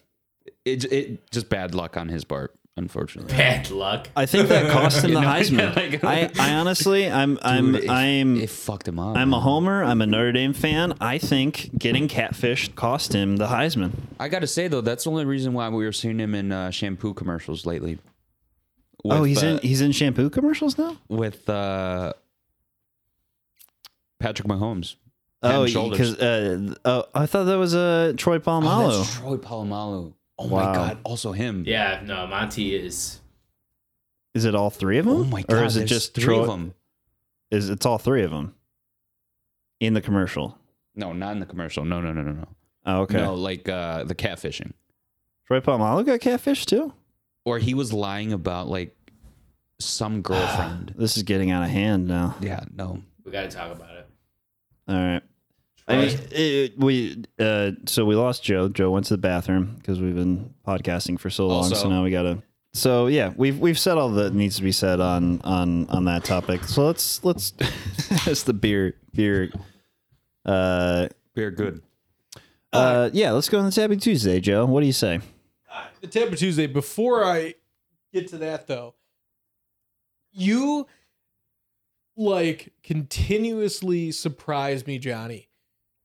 It, it just bad luck on his part, unfortunately. Bad luck. *laughs* I think that *laughs* cost him the You know, Heisman. like- I, I honestly, *laughs* I'm, I'm, Dude, it- I'm, It fucked him up. I'm a man. homer. I'm a Notre Dame fan. I think getting catfished cost him the Heisman. I got to say though, that's the only reason why we were seeing him in uh, shampoo commercials lately. With, oh, he's uh, in, he's in shampoo commercials now. with uh, Patrick Mahomes. Head Oh, and shoulders. because uh, oh, I thought that was uh, Troy Oh, Polamalu. that's Troy Polamalu. Oh Wow. my god, also him. Yeah, no, Monty is is it all three of them? Oh my god, or is it there's just three Troy? of them? Is it's all three of them in the commercial? No, not in the commercial. No, no, no, no, no. Oh, okay. No, like uh, the catfishing, Troy Polamalu got catfished too. or he was lying about like *sighs* some girlfriend. This is getting out of hand now. yeah, no. we gotta talk about it. All right. I mean, it- we uh, so we lost Joe. Joe went to the bathroom because we've been podcasting for so long. Also- so now we gotta. So yeah, we've we've said all that needs to be said on on on that topic. So let's let's *laughs* it's the beer beer. Uh, Very good. uh, yeah, let's go on the Tabby Tuesday, Joe. What do you say? the Tampa Tuesday. Before I get to that though, you like continuously surprise me, Johnny.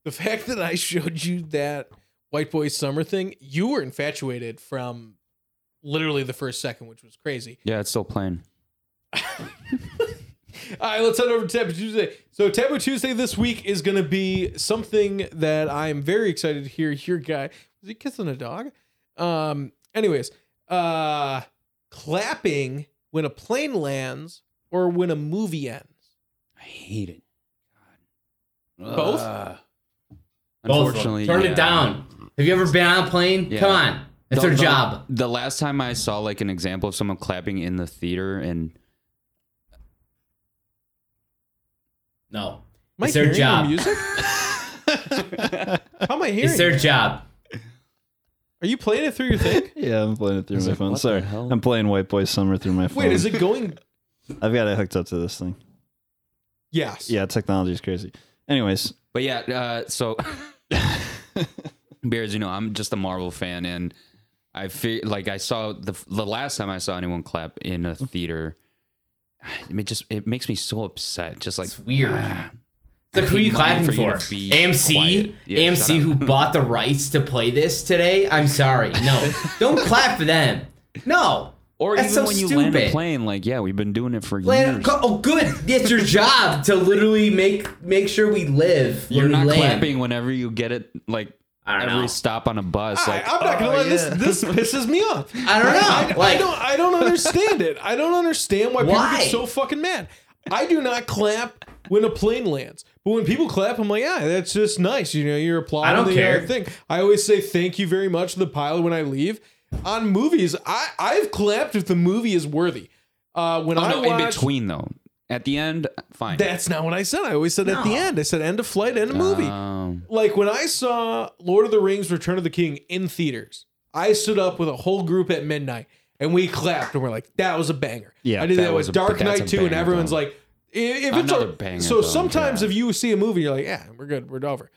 The fact that I showed you that white boy summer thing, you were infatuated from literally the first second, which was crazy. Yeah, it's still playing. All right, let's head over to Taboo Tuesday. So Taboo Tuesday this week is going to be something that I'm very excited to hear. Your guy was he kissing a dog? Um. Anyways, uh, clapping when a plane lands or when a movie ends. I hate it. God. Both? Ugh. Both of them. Uh, Unfortunately, turn yeah. it down. Have you ever been on a plane? Yeah. Come on, that's The- their the- job. The last time I saw like an example of someone clapping in the theater, and No, Am I It's their hearing the job. Music? How am I hearing? it's their job. Are you playing it through your thing? Yeah, I'm playing it through It's my like, phone. what the Sorry, hell? I'm playing White Boy Summer through my phone. Wait, is it going? I've got it hooked up to this thing. Yes. Yeah, technology is crazy. Anyways, but yeah, uh, so *laughs* bears, you know, I'm just a Marvel fan, and I feel like I saw the the last time I saw anyone clap in a theater. *sighs* It just it makes me so upset. Just like ah. It's weird. I Look who hate you clapping money for. for you to be quiet. AMC, Yeah, shut AMC, up. who *laughs* bought the rights to play this today. I'm sorry. No, *laughs* don't clap for them. No, Or That's even so when you land a stupid. plane, like, yeah, we've been doing it for Plan- years. co- oh, good. It's your job to literally make make sure we live. You're when we not land. clapping whenever you get it, like I don't every know. stop on a bus. I, like, I'm not gonna oh, lie. yeah. This this pisses me off. *laughs* I don't I, know. Like, I don't I don't understand it. I don't understand why, people Why? get so fucking mad. I do not clap when a plane lands. But when people clap, I'm like, yeah, that's just nice. You know, you're applauding I don't the care. entire thing. I always say thank you very much to the pilot when I leave. On movies, I, I've clapped if the movie is worthy. Uh, when Oh, I no, watched, in between though. At the end, fine. that's not what I said. I always said at the No. end. I said end of flight, end of movie. Um, like when I saw Lord of the Rings: Return of the King in theaters, I stood up with a whole group at midnight and we clapped and we're like, "That was a banger." Yeah, I did that, that was with a- Dark but that's Knight a too, and banger, everyone's though. like, i- "If it's Another a, banger, So though, sometimes yeah. if you see a movie, you're like, "Yeah, we're good, we're over."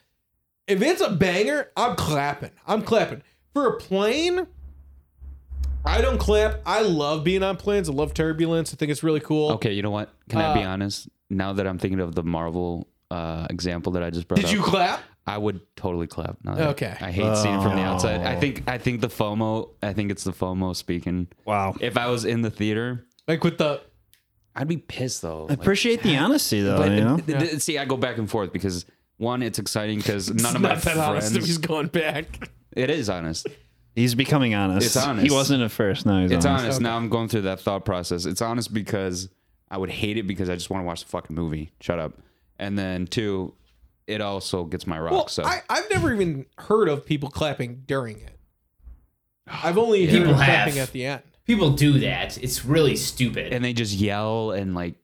If it's a banger, I'm clapping. I'm clapping for a plane. I don't clap. I love being on planes. I love turbulence. I think it's really cool. okay, you know what? Can I be Uh, honest? Now that I'm thinking of the Marvel uh, example that I just brought Did up, you clap? I would totally clap. now that- Okay. I hate seeing it from the outside. I Oh. think I think the FOMO. I think it's the FOMO speaking. Wow. If I was in the theater, Like with the I'd be pissed though. I Like, appreciate Oh, the honesty though, but- you know. th- th- see, I go back and forth because one, it's exciting because none of my not *laughs* that honest if he's friends. going back. It is honest. He's becoming honest. It's honest. He wasn't at first. Now he's It's honest. honest. Now I'm going through that thought process. It's honest because I would hate it because I just want to watch the fucking movie. Shut up. And then two, it also gets my Well, rocks up. I, I've never even heard of people clapping during it. I've only heard People of clapping have. at the end. People do that. It's really stupid. and they just yell and like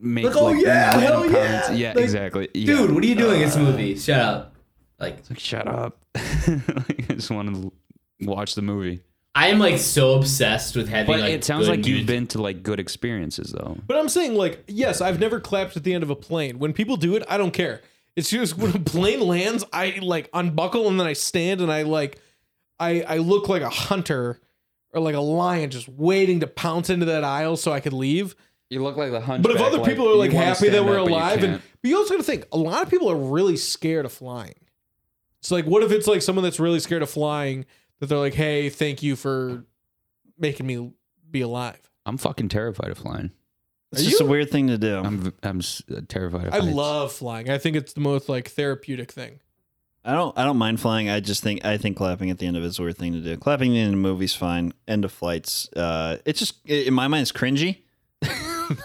make Like, oh, yeah, hell random yeah. comments. Yeah, Like, exactly. Yeah. Uh, Dude, what are you doing? It's a movie. Shut up. Like Like, shut up. *laughs* Like, I just want to watch the movie. I am like so obsessed with having. But like, it sounds good like you've music. been to like good experiences though. But I'm saying, like, yes, I've never clapped at the end of a plane. When people do it, I don't care. It's just when a plane lands, I like unbuckle and then I stand and I like, I I look like a hunter or like a lion just waiting to pounce into that aisle so I could leave. You look like the But hunchback. if other people are like happy that we're alive, and but you also got to think a lot of people are really scared of flying. So like, what if it's like someone that's really scared of flying that they're like, "Hey, thank you for making me be alive." I'm fucking terrified of flying. It's Are just you- a weird thing to do. I'm I'm s- terrified of I heights. love flying. I think it's the most like therapeutic thing. I don't. I don't mind flying. I just think. I think clapping at the end of it's a weird thing to do. Clapping at the end of a movie's fine. End of flights. Uh, it's just in my mind, it's cringy.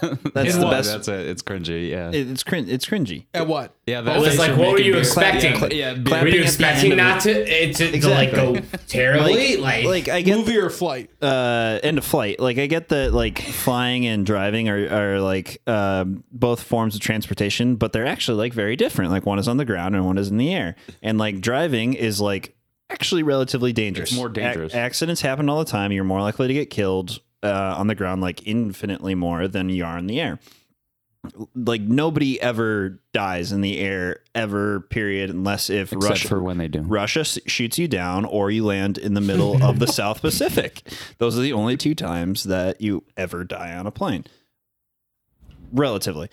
*laughs* That's Yeah, the what? best. That's it. It's cringy. Yeah. It- it's cringe. It's cringy. At what? yeah. Well, it's like, what were you expecting? Yeah. beer. Were Clapping at you the expecting end of not to it to, to, like go terribly? Like, Like I get Movie or flight? *laughs* uh end of flight like i get that like flying and driving are, are like um both forms of transportation but they're actually like very different like one is on the ground and one is in the air and like driving is like actually relatively dangerous more dangerous. Ac- accidents happen all the time you're more likely to get killed uh, on the ground like infinitely more than you are in the air like nobody ever dies in the air ever period unless if Except Russia for when they do. Russia s- shoots you down or you land in the middle *laughs* of the South Pacific. Those are the only two times that you ever die on a plane. Relatively.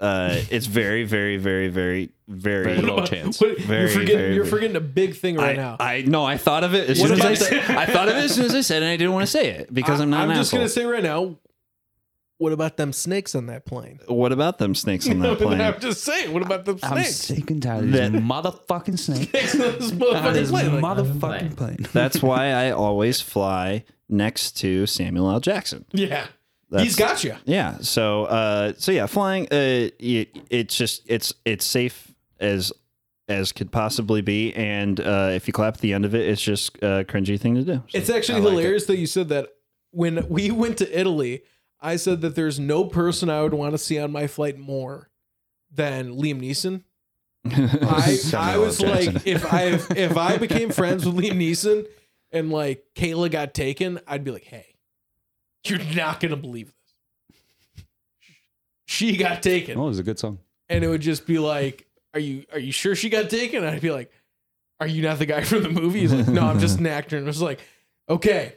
Uh, it's very, very, very, very, very. Very low *laughs* chance. What- you're Very, forgetting. very, you're very- forgetting a big thing right now. I, I no, I thought of it as What soon as I about- said. I thought of it as soon as I said, it, and I didn't want to say it because I, am not I'm an just asshole. gonna say right now. What about them snakes on that plane? what about them snakes *laughs* on that plane? I'm just saying. What about them I'm snakes? sick and tired of That- this motherfucking *laughs* *laughs* snake. Snakes on this on motherfucking this plane. Like, motherfucking plane. That's why I always fly next to Samuel L. Jackson. yeah, That's- he's got you. Yeah. So, uh, so yeah, flying. Uh, it, it's just it's it's safe as as could possibly be, and uh, if you clap at the end of it, it's just a cringy thing to do. So- It's actually hilarious that you said that. When we *laughs* went to Italy, I said that there's no person I would want to see on my flight more than Liam *laughs* Neeson. I, I Samuel L. was like, if I if *laughs* I became friends with Liam Neeson and like Kayla got taken, I'd be like, hey, you're not gonna believe this. She got taken, Oh, it was a good song. and it would just be like, are you are you sure she got taken? I'd be like, are you not the guy from the movie? He's like, no, I'm just an actor. And I was like, okay,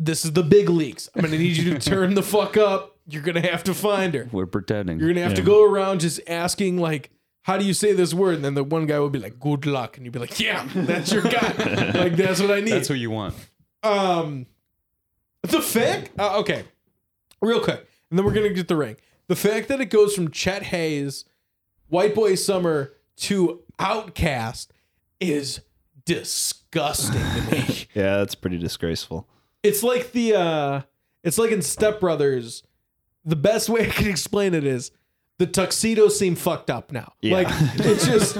this is the big leagues. I'm gonna need you to turn the fuck up. You're gonna have to find her. We're pretending. You're gonna have to go around just asking like, how do you say this word? And then the one guy will be like, good luck, and you'd be like, yeah, that's your guy. like that's what I need. That's who you want. um, the fact, uh, okay, real quick, and then we're gonna get the ring. The fact that it goes from Chet Hayes, White Boy Summer to Outcast is disgusting to me. yeah, that's pretty disgraceful. It's like the uh it's like in Step Brothers. The best way *laughs* I can explain it is the tuxedos seem fucked up now. Yeah. Like it's just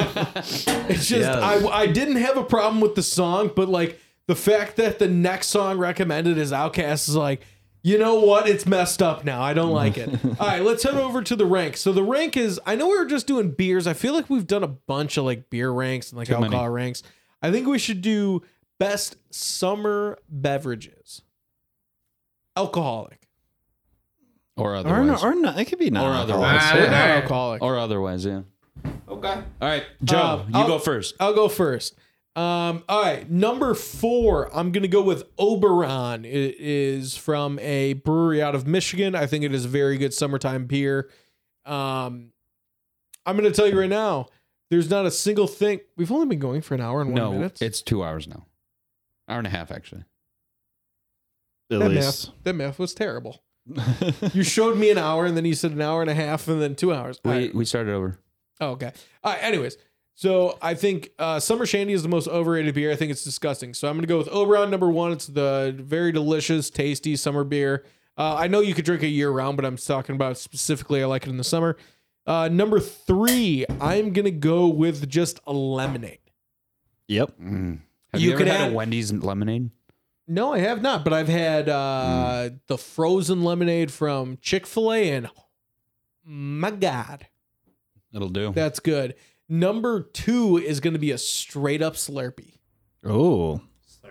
it's just Yeah. I I didn't have a problem with the song, but like the fact that the next song recommended is Outcast is like you know what? It's messed up now. I don't like it. All right, let's head over to the rank. So the rank is I know we were just doing beers. I feel like we've done a bunch of like beer ranks and like many. alcohol ranks. I think we should do best summer beverages. Alcoholic. or Or otherwise, not, or not. It could be not. Or alcohol. otherwise. We're All not right. alcoholic. or otherwise, yeah. Okay. All right, Joe, Uh, you I'll- go first. I'll go first. Um, all right, number four, I'm gonna go with Oberon. It is from a brewery out of Michigan. I think it is a very good summertime beer. Um, I'm gonna tell you right now, there's not a single thing. We've only been going for an hour and one No, minutes. it's two hours now, hour and a half actually. At that least. math, that math was terrible. You showed me an hour, and then you said an hour and a half, and then two hours. All We right. we started over. Oh, okay. All right, anyways, so I think uh, Summer Shandy is the most overrated beer. I think it's disgusting. So I'm going to go with Oberon number one. It's the very delicious, tasty summer beer. Uh, I know you could drink it year round, but I'm talking about specifically, I like it in the summer. Uh, number three, I'm going to go with just a lemonade. yep. Have You you, ever could had add- a Wendy's lemonade? No, I have not, but I've had uh, Mm. the frozen lemonade from Chick fil A, and my God. It'll do. That's good. Number two is going to be a straight up Slurpee. Oh.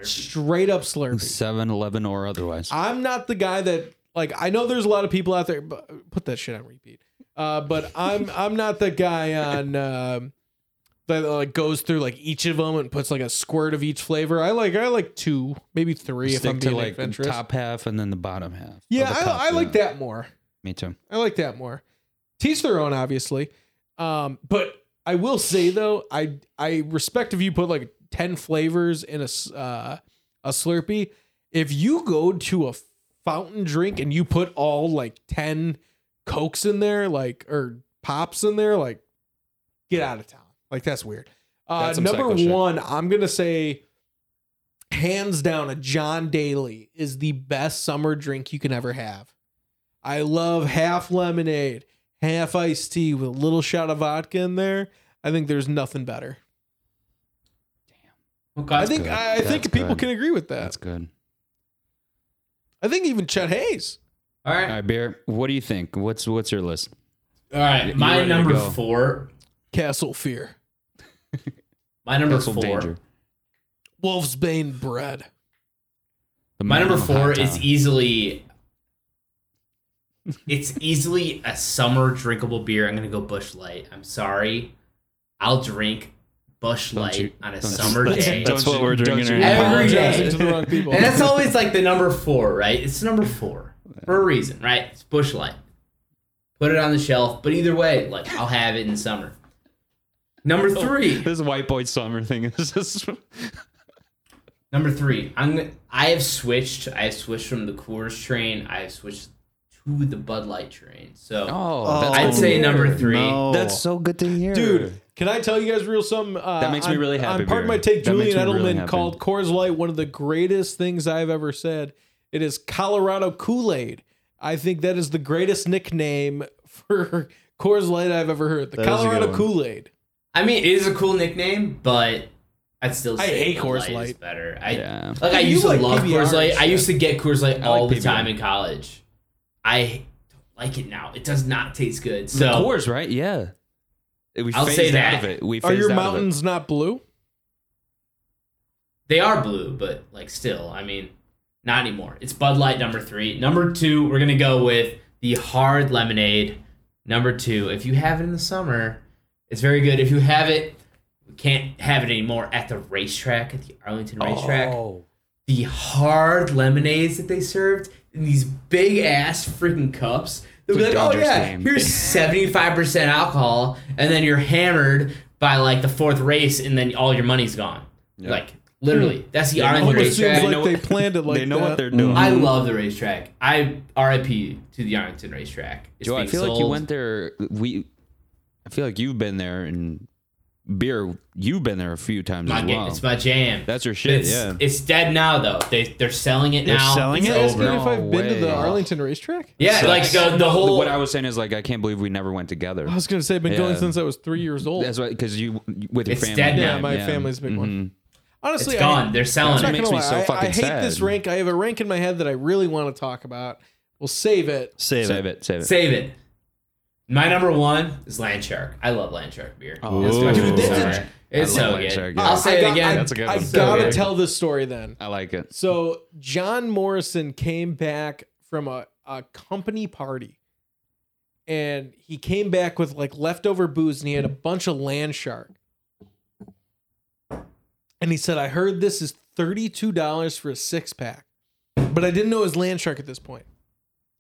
Straight up Slurpee. 7-Eleven or otherwise. I'm not the guy that like. I know there's a lot of people out there. But put that shit on repeat. Uh, but I'm I'm not the guy on um, that like goes through like each of them and puts like a squirt of each flavor. I like I like two, maybe three if I'm Stick to being like the adventurous. top half and then the bottom half. Or yeah, the I, top, I like yeah. that more. Me too. I like that more. Teach their own, obviously. Um, but I will say though, I I respect if you put like ten flavors in a s- uh, a Slurpee. If you go to a fountain drink and you put all like ten cokes in there, like or pops in there, like get out of town. Like that's weird. Uh, That's some number psycho shit. one, I'm gonna say. Hands down, a John Daly is the best summer drink you can ever have. I love half lemonade, half iced tea with a little shot of vodka in there. I think there's nothing better. Okay. I think good. I, I think That's people good. can agree with that. That's good. I think even Chet Hayes. All All right. right, beer. What do you think? What's what's your list? All right. My ready to number go. four. Castle Fear. My number Castle four. Danger. Wolf's Bane bread. The My man in number the four Mm, hot is tub. easily. It's easily a summer drinkable beer. I'm gonna go Bush Light. I'm sorry, I'll drink Bush Don't Light you- on a don't- summer day, That's Don't what you- we're don't drinking you- right now. Every Apologizing day. to the wrong people. and that's always like the number four, right? It's number four for a reason, right? It's Bush Light. Put it on the shelf, but either way, like I'll have it in summer. Number *laughs* three. This white boy summer thing *laughs* is just. *laughs* Oh, Number three, I'm gonna- I have switched. I have switched from the Coors train. I have switched to the Bud Light train. So Oh, I'd say number three. No. That's so good to hear, Dude, can I tell you guys real something? Uh, That makes me on- really happy, On part of my Barry. take, That makes Julian me Edelman really happy. called Coors Light one of the greatest things I've ever said. It is Colorado Kool Aid. I think that is the greatest nickname *laughs* for Coors Light I've ever heard. The That is a good Colorado one. Kool Aid. I mean, it is a cool nickname, but I'd still. Say I hate Bud Coors is Light. better. I Yeah. like. I You used to like love PBRs, Coors Light. I yeah. used to get Coors Light I all like the PBR. time in college. I don't like it now. It does not taste good. So The Coors, right? Yeah. We I'll phased say that. out of it. We Are phased your out of it. mountains not blue? They are blue, but like still, I mean, not anymore. It's Bud Light number three. Number two, we're gonna go with the hard lemonade. Number two, if you have it in the summer, it's very good. If you have it, we can't have it anymore at the racetrack, at the Arlington racetrack. Oh. The hard lemonades that they served in these big ass freaking cups. They'll be It's like, a oh Dodgers yeah, game." here's seventy five percent alcohol, and then you're hammered by like the fourth race, and then all your money's gone. Like literally, that's the Arlington Almost seems racetrack. like know they what- planned it like they know that. what they're doing. I love the racetrack. I R.I.P. to the Arlington racetrack. It's Joe, I being feel like you sold. went there. We, I feel like you've been there, and beer, you've been there a few times My as ga- well. It's my jam. That's your shit. it's, yeah. it's dead now though. They they're selling it now. selling it's it? Asking over. if I've been to way. the Arlington racetrack? Yeah, like the the whole. What I was saying is like, I can't believe we never went together. I was going to say, I've been Yeah. going since I was three years old. That's why, because you with your It's family. Mm-hmm. dead yeah, Yeah, my family's a big one. Honestly, it's gone. I, They're selling That I'm it. not makes gonna me so lie, I- fucking I hate this sad. rank. I have a rank in my head that I really want to talk about. We'll save it. Save, Save it. it. Save it. Save it. My number one is Land Shark. I love Land Shark beer. Oh, it's my Dude, that's a- favorite. It's I love so Land good. Shark, yeah. I'll say I it got- again. I- That's a good I one. So gotta good. tell this story then. I like it. So John Morrison came back from a, a company party and he came back with like leftover booze and he had a bunch of land shark. And he said, I heard this is $32 for a six pack, but I didn't know it was land shark at this point.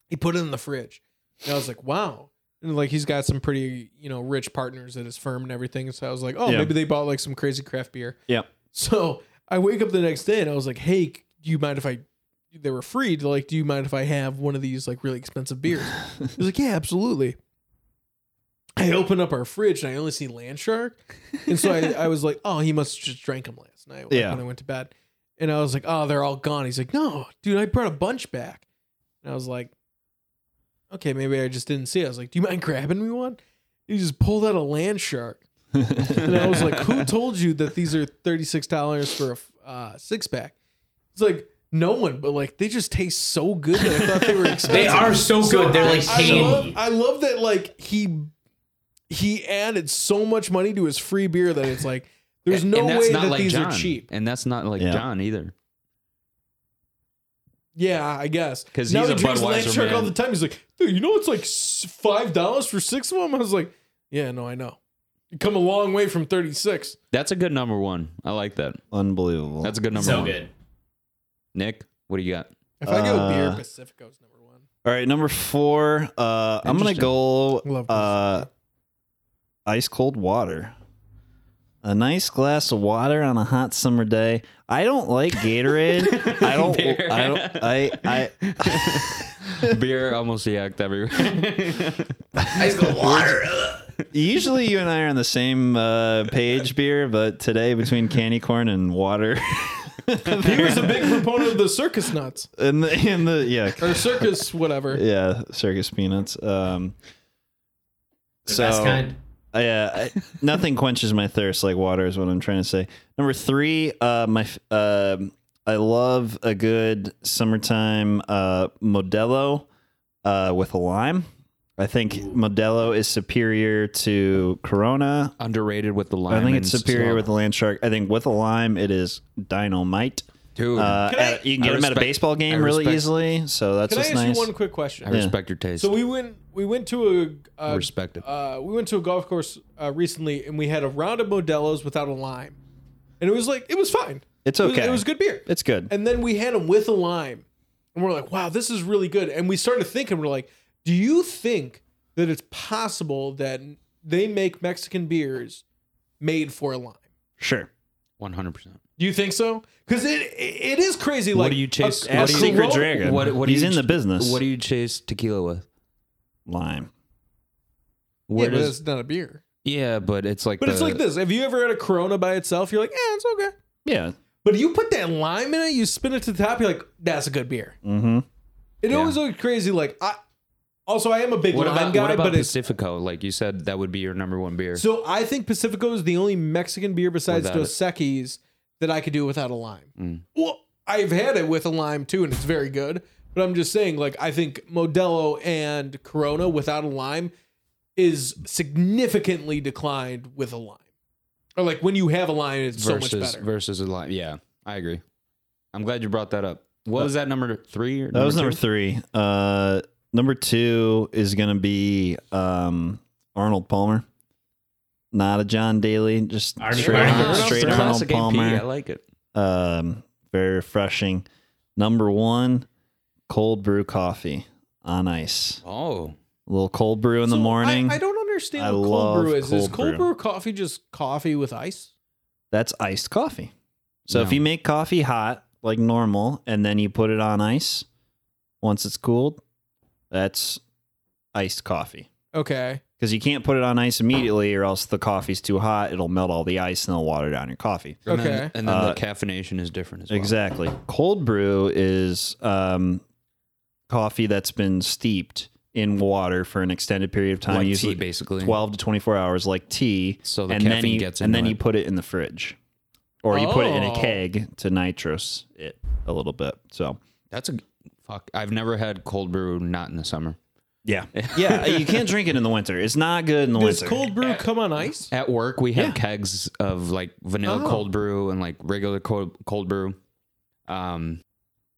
He put it in the fridge. And I was like, wow. And like he's got some pretty, you know, rich partners at his firm and everything. So I was like, oh, Yeah. maybe they bought like some crazy craft beer. Yeah. So I wake up the next day and I was like, hey, do you mind if I, they were free to like, do you mind if I have one of these like really expensive *laughs* beers? He was like, yeah, absolutely. I open up our fridge and I only see land shark. And so *laughs* I, I was like, oh, he must have just drank them last night like, Yeah. when I went to bed. And I was like, oh, they're all gone. He's like, no, dude, I brought a bunch back. And I was like, okay, maybe I just didn't see it. I was like, do you mind grabbing me one? He just pulled out a land *laughs* shark. And I was like, "Who told you that these are thirty six dollars for a f- uh, six pack?" It's like no one, but like they just taste so good that I thought *laughs* they were expensive. They are so good. They're like I love, candy. I love that like he he added so much money to his free beer that it's like there's no and that's way not that like these John. are cheap. And that's not like Yeah. John either. Yeah, I guess 'Cause now he's he a drinks Budweiser Land Shark all man. the time. He's like, dude, you know it's like s- five dollars for six of them. I was like, yeah, no, I know. You come a long way from thirty six. That's a good number one. I like that. Unbelievable. That's a good number So one. good. Nick, what do *laughs* you got? If I go beer, Uh, Pacifico's number one. All right, number four. Uh, I'm gonna Interesting. go Love this. uh, ice cold water. A nice glass of water on a hot summer day. I don't like Gatorade. I don't. Beer. I don't. I. I. Beer almost yacked everywhere. *laughs* Ice cold water. Usually, you and I are on the same uh, page, beer, but today between candy corn and water, *laughs* Here's a big proponent of the circus nuts and the, and the yeah, or circus whatever. yeah, circus peanuts. Um, The best kind. Yeah, I, nothing quenches my thirst like water is what I'm trying to say. Number three, uh, my f- um I love a good summertime uh, Modelo uh, with a lime. I think Modelo is superior to Corona. Underrated with the lime. I think it's and superior stuff. with the land shark. I think with a lime, it is dynamite. Dude, Uh, Can I- at- you can I get them at a respect- baseball game I really respect- easily, so that's Can I just ask nice. you one quick I question? respect your taste. So we went we went to a, a respect it. uh, we went to a golf course uh, recently and we had a round of Modelo's without a lime, and it was like it was fine. It's It was- okay. It was good beer. It's good. And then we had them with a lime. And we're like, wow, this is really good. And we started thinking, we're like, do you think that it's possible that they make Mexican beers made for a lime? sure. 100%. Do you think so? Because it, it is crazy. Like, what do you chase? a- what Ask do you, Secret Corona- Dragon. What, what do He's you in ch- the business. What do you chase tequila with? lime? Yeah, Where but does, it's not a beer. yeah, but it's like But it's the- like this. Have you ever had a Corona by itself? You're like, yeah, it's okay. Yeah. But you put that lime in it, you spin it to the top, you're like, that's a good beer. Mm-hmm. It Yeah. always looked crazy. Like, I also, I am a big What lime about, guy, what about but it's Pacifico? Like you said, that would be your number one beer. So I think Pacifico is the only Mexican beer besides Without it. Dos Equis that I could do without a lime. Mm. Well, I've had it with a lime too, and it's very good. But I'm just saying, like, I think Modelo and Corona without a lime is significantly declined with a lime. Or like when you have a lime, it's versus so much better. versus a lime. Yeah, I agree. I'm glad you brought that up. What was that number three? Or That was number two? three. Uh, number two is gonna be um, Arnold Palmer, not a John Daly, just Arnie straight, Palmer. Arnold, Arnold straight Palmer. Arnold Classic AP, I Palmer. like it. Um, very refreshing. Number one, cold brew coffee on ice. Oh, A little cold brew in So the I- morning. I, don't understand I what cold brew love is. is cold cold brew. brew. coffee just coffee with ice? That's iced coffee. So if No. you make coffee hot like normal and then you put it on ice once it's cooled, that's iced coffee. Okay. Because you can't put it on ice immediately or else the coffee's too hot. It'll melt all the ice and it'll water down your coffee. and Okay. Then, and then Uh, the caffeination is different as well. Exactly. Cold brew is um, coffee that's been steeped in water for an extended period of time, Like tea, usually basically. 12 to 24 hours, like tea. So the and caffeine then you, gets And into then it. you put it in the fridge. or you put it in a Oh. keg to nitrous it a little bit. So That's a fuck. I've never had cold brew not in the summer. yeah, *laughs* yeah, you can't drink it in the winter. It's not good in the Does winter. cold brew come on ice? At work, we have kegs of like vanilla cold brew and like regular cold, cold brew. Um,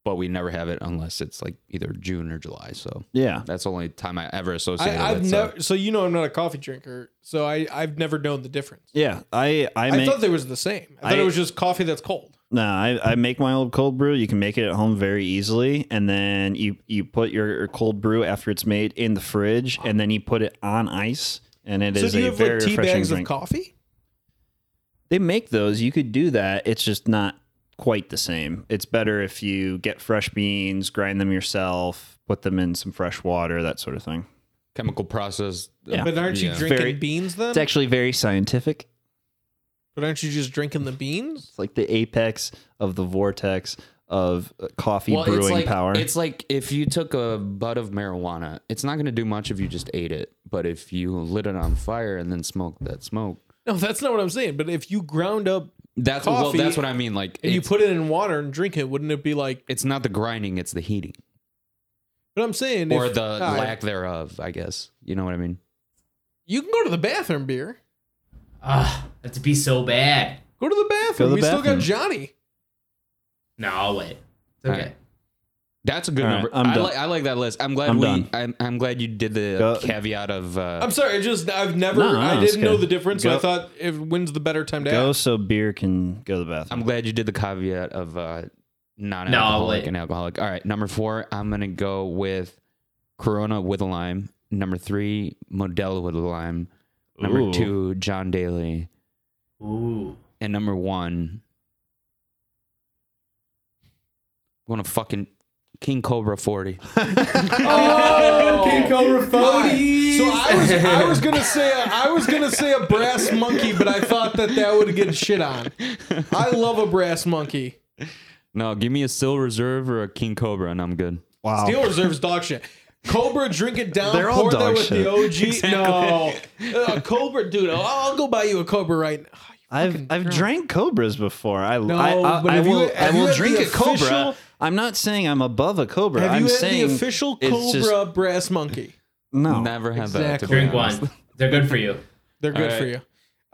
but we never have it unless it's like either June or July. So Yeah, that's the only time I ever I, associated I've with uh, it. never. So. you know, I'm not a coffee drinker, so I I've never known the difference. yeah. I I, I, make thought they was the same. I thought I- it was just coffee that's cold. no, I, I make my old cold brew. You can make it at home very easily, and then you you put your cold brew after it's made in the fridge, and then you put it on ice, and it is So do you a have very like tea refreshing bags drink. of coffee? They make those. You could do that. It's just not quite the same. It's better if you get fresh beans, grind them yourself, put them in some fresh water, that sort of thing. chemical process. uh, Yeah. Uh, But aren't you Yeah. drinking Very- beans then? It's actually very scientific. but aren't you just drinking the beans? *laughs* It's like the apex of the vortex of uh, coffee brewing it's like, power. It's like if you took a bud of marijuana, it's not going to do much if you just ate it. But if you lit it on fire and then smoked that smoke, No, that's not what I'm saying. But if you ground up that's well, Coffee- that's what I mean. Like and you it's- put it in water and drink it, wouldn't it be like? it's not the grinding, it's the heating But I'm saying, or if- the Ah, lack thereof. I guess you know what I mean. You can go to the bathroom, beer. Ah, that'd be so bad. Go to the bathroom. the we still bathroom. got Johnny. No, I'll wait. It's All okay. right. That's a good All right, number. I'm I, done. like I like that list. I'm glad I'm we. done. I'm, I'm glad you did the Go- caveat of. Uh, I'm sorry, I just I've never No, no, I it's didn't know good. the difference, so Go- I thought if when's the better time to go ask. so beer can go to the I'm bathroom. glad you did the caveat of uh, No, non-alcoholic wait. and alcoholic. All right, number four, I'm gonna go with Corona with a lime. Number three, Modelo with a lime. Number Ooh. two, John Daly, Ooh. and number one, I'm gonna fucking King Cobra 40. King Cobra Oh. So I was I was gonna say a, I was gonna say a brass monkey, but I thought that that would get shit on. I love a brass monkey. No, give me a Still Reserve or a King Cobra, and I'm good. Wow. Steel reserves dog shit. Cobra, drink it down. Oh. They're all pour that dog with shit. the OG. No, uh, Cobra, dude. I'll, I'll go buy you a Cobra right now. I've I've drank cobras before. I No, I, I, but I have you- will I have you will had drink the a cobra. official- I'm not saying I'm above a cobra. Have I'm you had saying the official it's Cobra just- brass monkey? no. Never have that. To Exactly. be Drink honest. one. They're good for you. They're good All for right. you.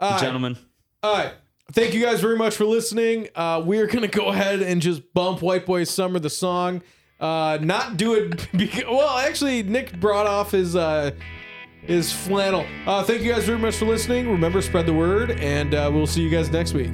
All right. gentlemen. All right. Thank you guys very much for listening. Uh, we are going to go ahead and just bump White Boy Summer, the song. Uh, not do it. *laughs* Because, well, actually, Nick brought off his uh, his flannel. Uh, thank you guys very much for listening. Remember, spread the word, and uh, we'll see you guys next week.